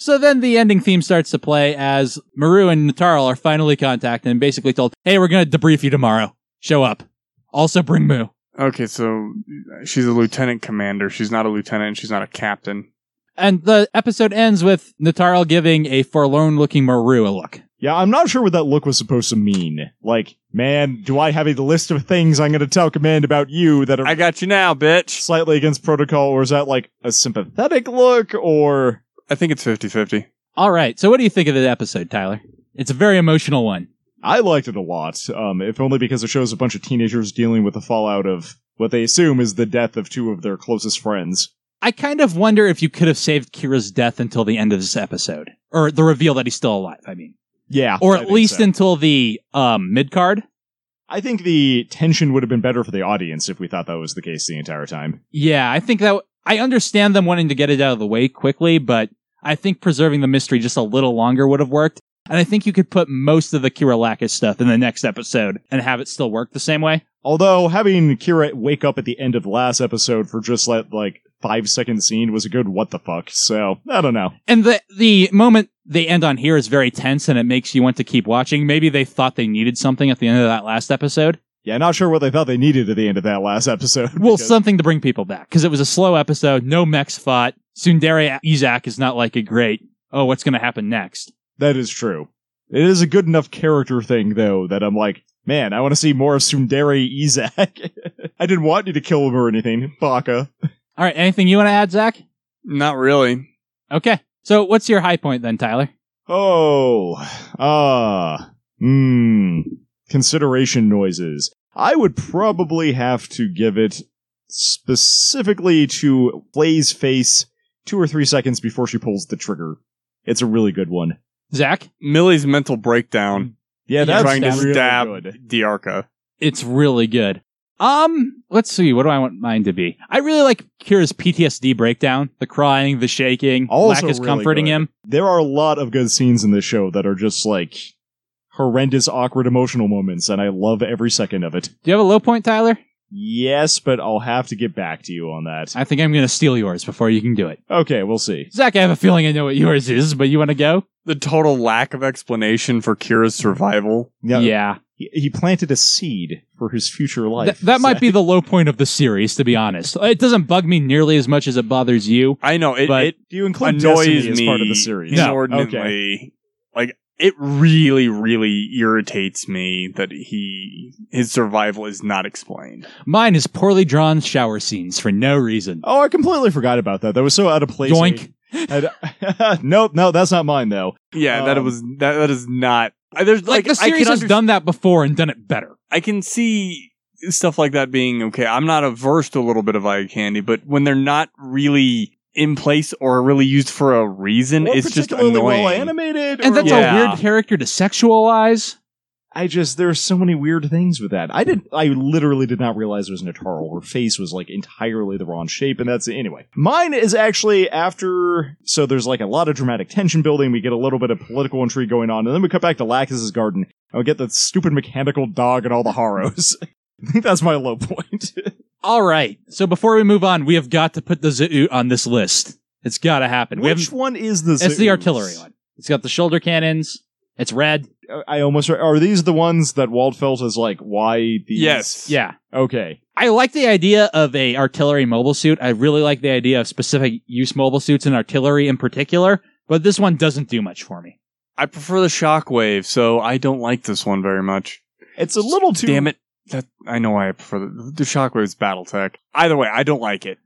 Speaker 4: So then the ending theme starts to play as Maru and Natarl are finally contacted and basically told, "Hey, we're gonna debrief you tomorrow. Show up. Also bring Moo."
Speaker 6: Okay, so she's a lieutenant commander. She's not a lieutenant. She's not a captain.
Speaker 4: And the episode ends with Natarl giving a forlorn looking Maru a look.
Speaker 5: yeah, I'm not sure what that look was supposed to mean. Like, man, do I have a list of things I'm going to tell Command about you that are
Speaker 6: I got you now, bitch.
Speaker 5: slightly against protocol, or is that like a sympathetic look, or
Speaker 6: I think it's 50-50.
Speaker 4: All right. So, what do you think of the episode, Tyler? It's a very emotional one.
Speaker 5: I liked it a lot, um, if only because it shows a bunch of teenagers dealing with the fallout of what they assume is the death of two of their closest friends.
Speaker 4: I kind of wonder if you could have saved Kira's death until the end of this episode, or the reveal that he's still alive. I mean,
Speaker 5: Yeah,
Speaker 4: or
Speaker 5: I
Speaker 4: at
Speaker 5: think
Speaker 4: least
Speaker 5: so.
Speaker 4: until the um, mid card.
Speaker 5: I think the tension would have been better for the audience if we thought that was the case the entire time.
Speaker 4: Yeah, I think that w- I understand them wanting to get it out of the way quickly, but I think preserving the mystery just a little longer would have worked. And I think you could put most of the Kira Lacus stuff in the next episode and have it still work the same way.
Speaker 5: Although having Kira wake up at the end of the last episode for just like like five second scene was a good what the fuck. So I don't know.
Speaker 4: and the the moment they end on here is very tense and it makes you want to keep watching maybe they thought they needed something at the end of that last episode
Speaker 5: Yeah, not sure what they thought they needed at the end of that last episode.
Speaker 4: well
Speaker 5: because-
Speaker 4: something to bring people back because it was a slow episode no mechs fought sundari izak is not like a great oh what's going to happen next
Speaker 5: that is true. It is a good enough character thing though that I'm like, man, I want to see more of Sundari Izak. I didn't want you to kill him or anything, Baka.
Speaker 4: all right anything you want to add zach
Speaker 6: Not really.
Speaker 4: okay so what's your high point then tyler
Speaker 5: Oh, ah, hmm. Consideration noises. I would probably have to give it specifically to Flay's face two or three seconds before she pulls the trigger. It's a really good one.
Speaker 4: zach
Speaker 6: Millie's mental breakdown.
Speaker 5: Yeah,
Speaker 4: that's
Speaker 6: trying to
Speaker 5: really
Speaker 6: stab
Speaker 5: good.
Speaker 6: Diarca.
Speaker 4: it's really good um let's see what do i want mine to be i really like kira's ptsd breakdown the crying the shaking
Speaker 5: Also
Speaker 4: Lack is
Speaker 5: really
Speaker 4: comforting
Speaker 5: good.
Speaker 4: him
Speaker 5: There are a lot of good scenes in this show that are just like horrendous, awkward, emotional moments, and I love every second of it.
Speaker 4: do you have a low point tyler
Speaker 5: Yes, but I'll have to get back to you on that.
Speaker 4: I think I'm going to steal yours before you can do it.
Speaker 5: Okay, we'll see.
Speaker 4: Zach, I have a feeling I know what yours is, but you want to go?
Speaker 6: The total lack of explanation for Kira's survival.
Speaker 4: yeah.
Speaker 5: he, he planted a seed for his future life.
Speaker 4: Th- that might be the low point of the series, to be honest. It doesn't bug me nearly as much as it bothers you.
Speaker 6: I know it,
Speaker 4: But-
Speaker 6: it
Speaker 5: Do you include
Speaker 6: annoys
Speaker 5: Destiny as
Speaker 6: me
Speaker 5: part of the series?
Speaker 6: inordinately.
Speaker 5: Okay.
Speaker 6: Like it really, really irritates me that he his survival is not explained.
Speaker 4: Mine is poorly drawn shower scenes for no reason.
Speaker 5: Oh, I completely forgot about that. That was so out of place.
Speaker 4: Yoink.
Speaker 5: I- nope, no, that's not mine though.
Speaker 6: Yeah, that it
Speaker 5: Um,
Speaker 6: was that that is not. I- There's
Speaker 4: Like,
Speaker 6: like,
Speaker 4: the
Speaker 6: I can
Speaker 4: series has
Speaker 6: under-
Speaker 4: done that before and done it better.
Speaker 6: I can see stuff like that being okay. I'm not averse to a little bit of eye candy, but when they're not really in place or really used for a reason.
Speaker 5: Or
Speaker 6: it's just
Speaker 5: particularly
Speaker 6: annoying.
Speaker 5: well animated.
Speaker 4: And
Speaker 5: or-
Speaker 4: that's
Speaker 6: Yeah.
Speaker 4: a weird character to sexualize.
Speaker 5: I just there are so many weird things with that. I did I literally did not realize there was an Ataro. Her face was like entirely the wrong shape, and that's anyway. Mine is actually after so there's like a lot of dramatic tension building, we get a little bit of political intrigue going on, and then we cut back to Lacus's garden, and we get the stupid mechanical dog and all the Haros. I think that's my low point.
Speaker 4: All right. So before we move on, we have got to put the zoo on this list. It's got to happen. we
Speaker 5: Which
Speaker 4: haven't-
Speaker 5: one is the
Speaker 4: it's the
Speaker 5: Zeus?
Speaker 4: artillery one. It's got the shoulder cannons. It's red.
Speaker 5: Uh, I almost are these the ones that Waldfeld is like, why these
Speaker 6: Yes.
Speaker 4: Yeah.
Speaker 5: Okay.
Speaker 4: I like the idea of a artillery mobile suit. I really like the idea of specific use mobile suits and artillery in particular, but this one doesn't do much for me.
Speaker 6: I prefer the shockwave, so I don't like this one very much.
Speaker 5: It's a little too
Speaker 6: Damn it. That I know why I prefer the, the shockwave's BattleTech. Either way, I don't like it.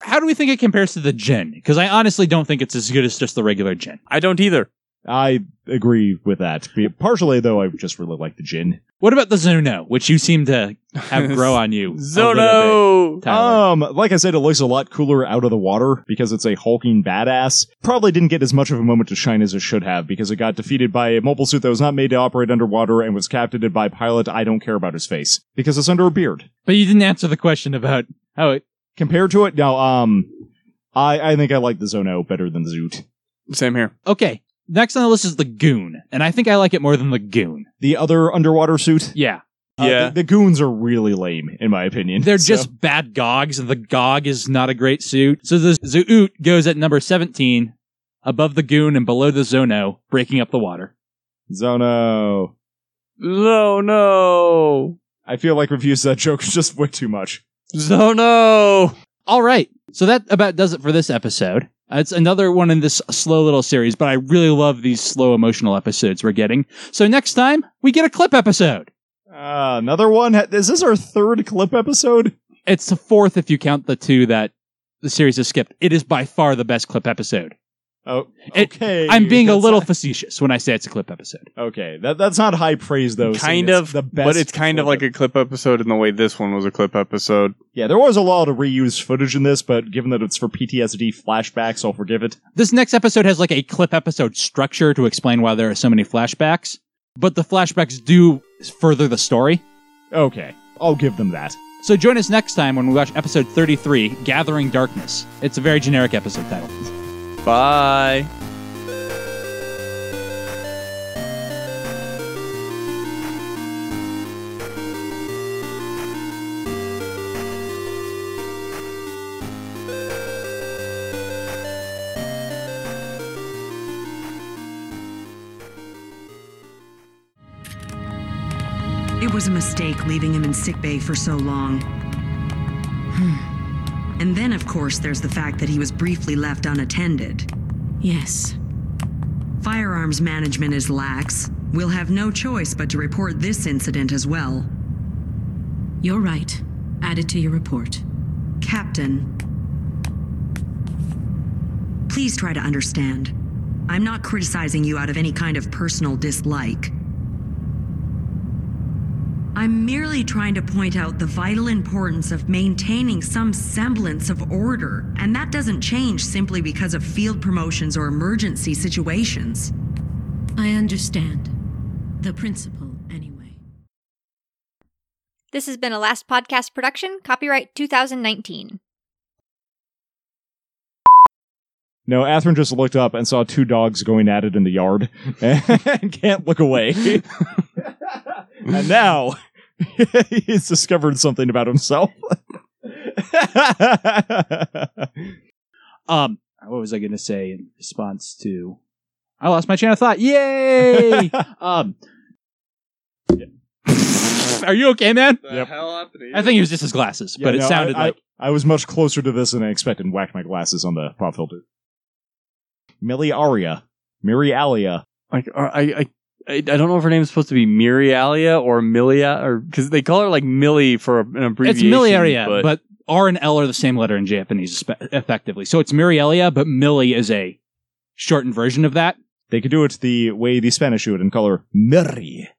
Speaker 4: How do we think it compares to the Jin? Because I honestly don't think it's as good as just the regular Jin.
Speaker 6: I don't either.
Speaker 5: I agree with that. Partially, though, I just really like the gin.
Speaker 4: What about the Zuno, which you seem to have grow on you? a little
Speaker 6: Zono.
Speaker 4: bit, Tyler?
Speaker 5: Um, like I said, it looks a lot cooler out of the water because it's a hulking badass. Probably didn't get as much of a moment to shine as it should have because it got defeated by a mobile suit that was not made to operate underwater and was captained by a pilot. I don't care about his face because it's under a beard.
Speaker 4: but you didn't answer the question about oh, how it.
Speaker 5: Compared to it, now, um, I I think I like the Zono better than the Zoot.
Speaker 6: Same here.
Speaker 4: Okay, next on the list is the Goon, and I think I like it more than the Goon.
Speaker 5: The other underwater suit,
Speaker 4: Yeah,
Speaker 5: uh,
Speaker 6: Yeah.
Speaker 5: the, the goons are really lame in my opinion.
Speaker 4: they're
Speaker 5: So-
Speaker 4: just bad gogs, and the gog is not a great suit. So the Zoot goes at number seventeen, above the Goon and below the Zono, breaking up the water.
Speaker 5: Zono.
Speaker 6: Zono.
Speaker 5: I feel like we've used that joke just way too much.
Speaker 6: Zono.
Speaker 4: All right. So that about does it for this episode. Uh, It's another one in this slow little series, but I really love these slow emotional episodes we're getting. So next time, we get a clip episode.
Speaker 5: Uh, another one. Ha- Is this our third clip episode?
Speaker 4: It's the fourth if you count the two that the series has skipped. It is by far the best clip episode.
Speaker 5: Oh,
Speaker 4: It-
Speaker 5: okay.
Speaker 4: I'm being a
Speaker 5: That's
Speaker 4: little
Speaker 5: not-
Speaker 4: facetious when I say it's a clip episode.
Speaker 5: okay, that that's not high praise though. saying
Speaker 6: kind
Speaker 5: it's
Speaker 6: of,
Speaker 5: the best,
Speaker 6: but it's kind of like a clip episode in the way this one was a clip episode.
Speaker 5: yeah. There was a lot of reused footage in this, but given that it's for PTSD flashbacks, I'll forgive it.
Speaker 4: This next episode has like a clip episode structure to explain why there are so many flashbacks, but the flashbacks do further the story.
Speaker 5: Okay, I'll give them that.
Speaker 4: So join us next time when we watch episode 33, Gathering Darkness. It's a very generic episode title.
Speaker 6: Bye.
Speaker 8: It was a mistake leaving him in sickbay for so long. Hmm. and then, of course, there's the fact that he was briefly left unattended.
Speaker 9: Yes.
Speaker 8: Firearms management is lax. We'll have no choice but to report this incident as well.
Speaker 9: You're right. Add it to your report.
Speaker 8: Captain, please try to understand. I'm not criticizing you out of any kind of personal dislike. I'm merely trying to point out the vital importance of maintaining some semblance of order, and that doesn't change simply because of field promotions or emergency situations.
Speaker 9: I understand. The principle, anyway.
Speaker 2: This has been a Last Podcast production, copyright 2019.
Speaker 5: No, Athrun just looked up and saw two dogs going at it in the yard and can't look away. and now he's discovered something about himself.
Speaker 4: Um, what was I going to say in response to? I lost my chain of thought. Yay! um, are you okay, man?
Speaker 5: Yep.
Speaker 4: I think it was just his glasses,
Speaker 5: Yeah,
Speaker 4: but it
Speaker 5: no, I-
Speaker 4: sounded
Speaker 5: I,
Speaker 4: like
Speaker 5: I was much closer to this than I expected and whacked my glasses on the pop filter. Millie Aria. Miri Alia.
Speaker 6: Like uh, I, I, I, I don't know if her name's supposed to be Mirialia or Milia, or because they call her like Millie for a- an
Speaker 4: it's
Speaker 6: abbreviation.
Speaker 4: Miliaria, but, R and L are the same letter in Japanese, spe- effectively. So it's Mirielia, but Millie is a shortened version of that.
Speaker 5: They could do it the way the Spanish do it and call her Miri.